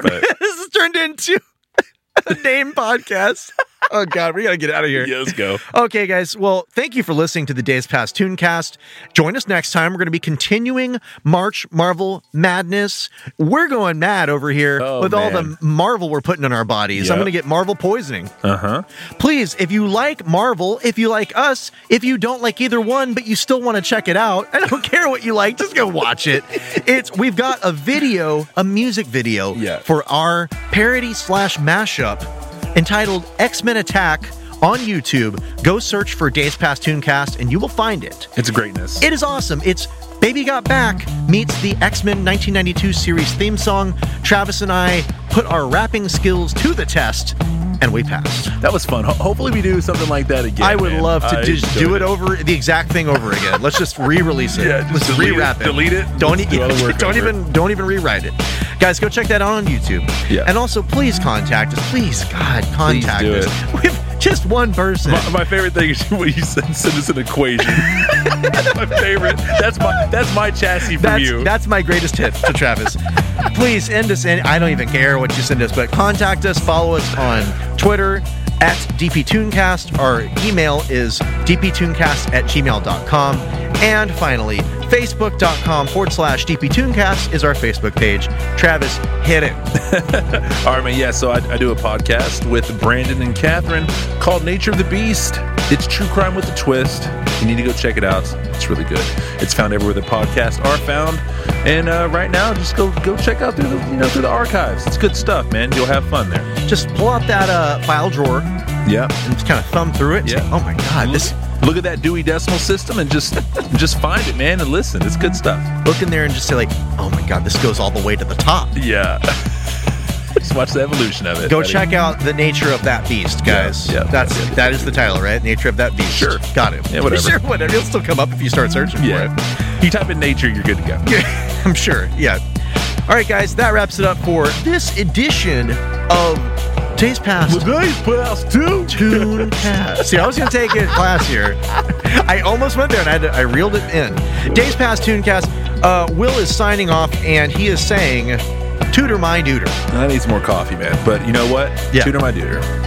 Speaker 3: But-
Speaker 2: this has turned into a name podcast. Oh God, we gotta get out of here.
Speaker 3: yeah, let's go.
Speaker 2: Okay, guys. Well, thank you for listening to the Days Past Tooncast. Join us next time. We're going to be continuing March Marvel Madness. We're going mad over here
Speaker 3: Oh,
Speaker 2: with all
Speaker 3: man.
Speaker 2: the Marvel we're putting in our bodies. I'm
Speaker 3: Yep.
Speaker 2: going to get Marvel poisoning.
Speaker 3: Uh huh.
Speaker 2: Please, if you like Marvel, if you like us, if you don't like either one, but you still want to check it out, I don't care what you like, just go watch it. It's we've got a video, a music video
Speaker 3: Yeah.
Speaker 2: for our parody slash mashup entitled X-Men Attack on YouTube. Go search for Days Past Tooncast and you will find it.
Speaker 3: It's greatness.
Speaker 2: It is awesome. It's Baby Got Back meets the X Men 1992 series theme song. Travis and I put our rapping skills to the test, and we passed.
Speaker 3: that was fun. Ho- hopefully, we do something like that again.
Speaker 2: I would
Speaker 3: man. Uh,
Speaker 2: love to
Speaker 3: I
Speaker 2: just do
Speaker 3: enjoyed
Speaker 2: it over the exact thing over again. Let's just re-release it.
Speaker 3: Yeah, just
Speaker 2: Let's
Speaker 3: delete it,
Speaker 2: rewrap it.
Speaker 3: delete it,
Speaker 2: Don't,
Speaker 3: let's
Speaker 2: e-
Speaker 3: do all the work
Speaker 2: don't
Speaker 3: over it.
Speaker 2: even don't even rewrite it. Guys, go check that out on YouTube.
Speaker 3: Yeah.
Speaker 2: And also please contact us. Please, God, contact
Speaker 3: do
Speaker 2: us. With just one person.
Speaker 3: My, my favorite thing is when you send, send us an equation. that's my favorite. That's my that's my chassis from
Speaker 2: that's,
Speaker 3: you.
Speaker 2: That's my greatest tip to Travis. Please end us in. I don't even care what you send us, but contact us, follow us on Twitter at dptooncast. Our email is dptooncast at gmail.com. And finally, facebook.com forward slash dptooncast is our Facebook page. Travis, hit it.
Speaker 3: All right, man. Yeah, so I, I do a podcast with Brandon and Catherine called Nature of the Beast. It's true crime with a twist. You need to go check it out. It's really good. It's found everywhere the podcasts are found. And uh, right now, just go go check out through the you know through the archives. It's good stuff, man. You'll have fun there.
Speaker 2: Just pull out that uh, file drawer.
Speaker 3: Yeah.
Speaker 2: And just kind of thumb through it.
Speaker 3: Yeah.
Speaker 2: oh my God, this.
Speaker 3: Look at that Dewey Decimal System and just just find it, man, and listen. It's good stuff.
Speaker 2: Look in there and just say like, oh my God, this goes all the way to the top.
Speaker 3: Yeah. just watch the evolution of it.
Speaker 2: Go
Speaker 3: buddy.
Speaker 2: check out the nature of that beast, guys.
Speaker 3: Yeah, yeah,
Speaker 2: that's that is the title, right? Nature of that beast. Sure, got it.
Speaker 3: Yeah, whatever.
Speaker 2: Sure, whatever. It'll still come up if you start searching for
Speaker 3: Yeah. it. You type in nature, you're good to go.
Speaker 2: Yeah, I'm sure. Yeah. All right, guys, that wraps it up for this edition of Days Past.
Speaker 3: Days Past Two.
Speaker 2: Tune Past. See, I was gonna take it last year. I almost went there and I, had to, I reeled it in. Days Past Tooncast. Uh, Will is signing off and he is saying, "Tutor my duder."
Speaker 3: I need some more coffee, man. But you know what?
Speaker 2: Yeah.
Speaker 3: Tutor my duder.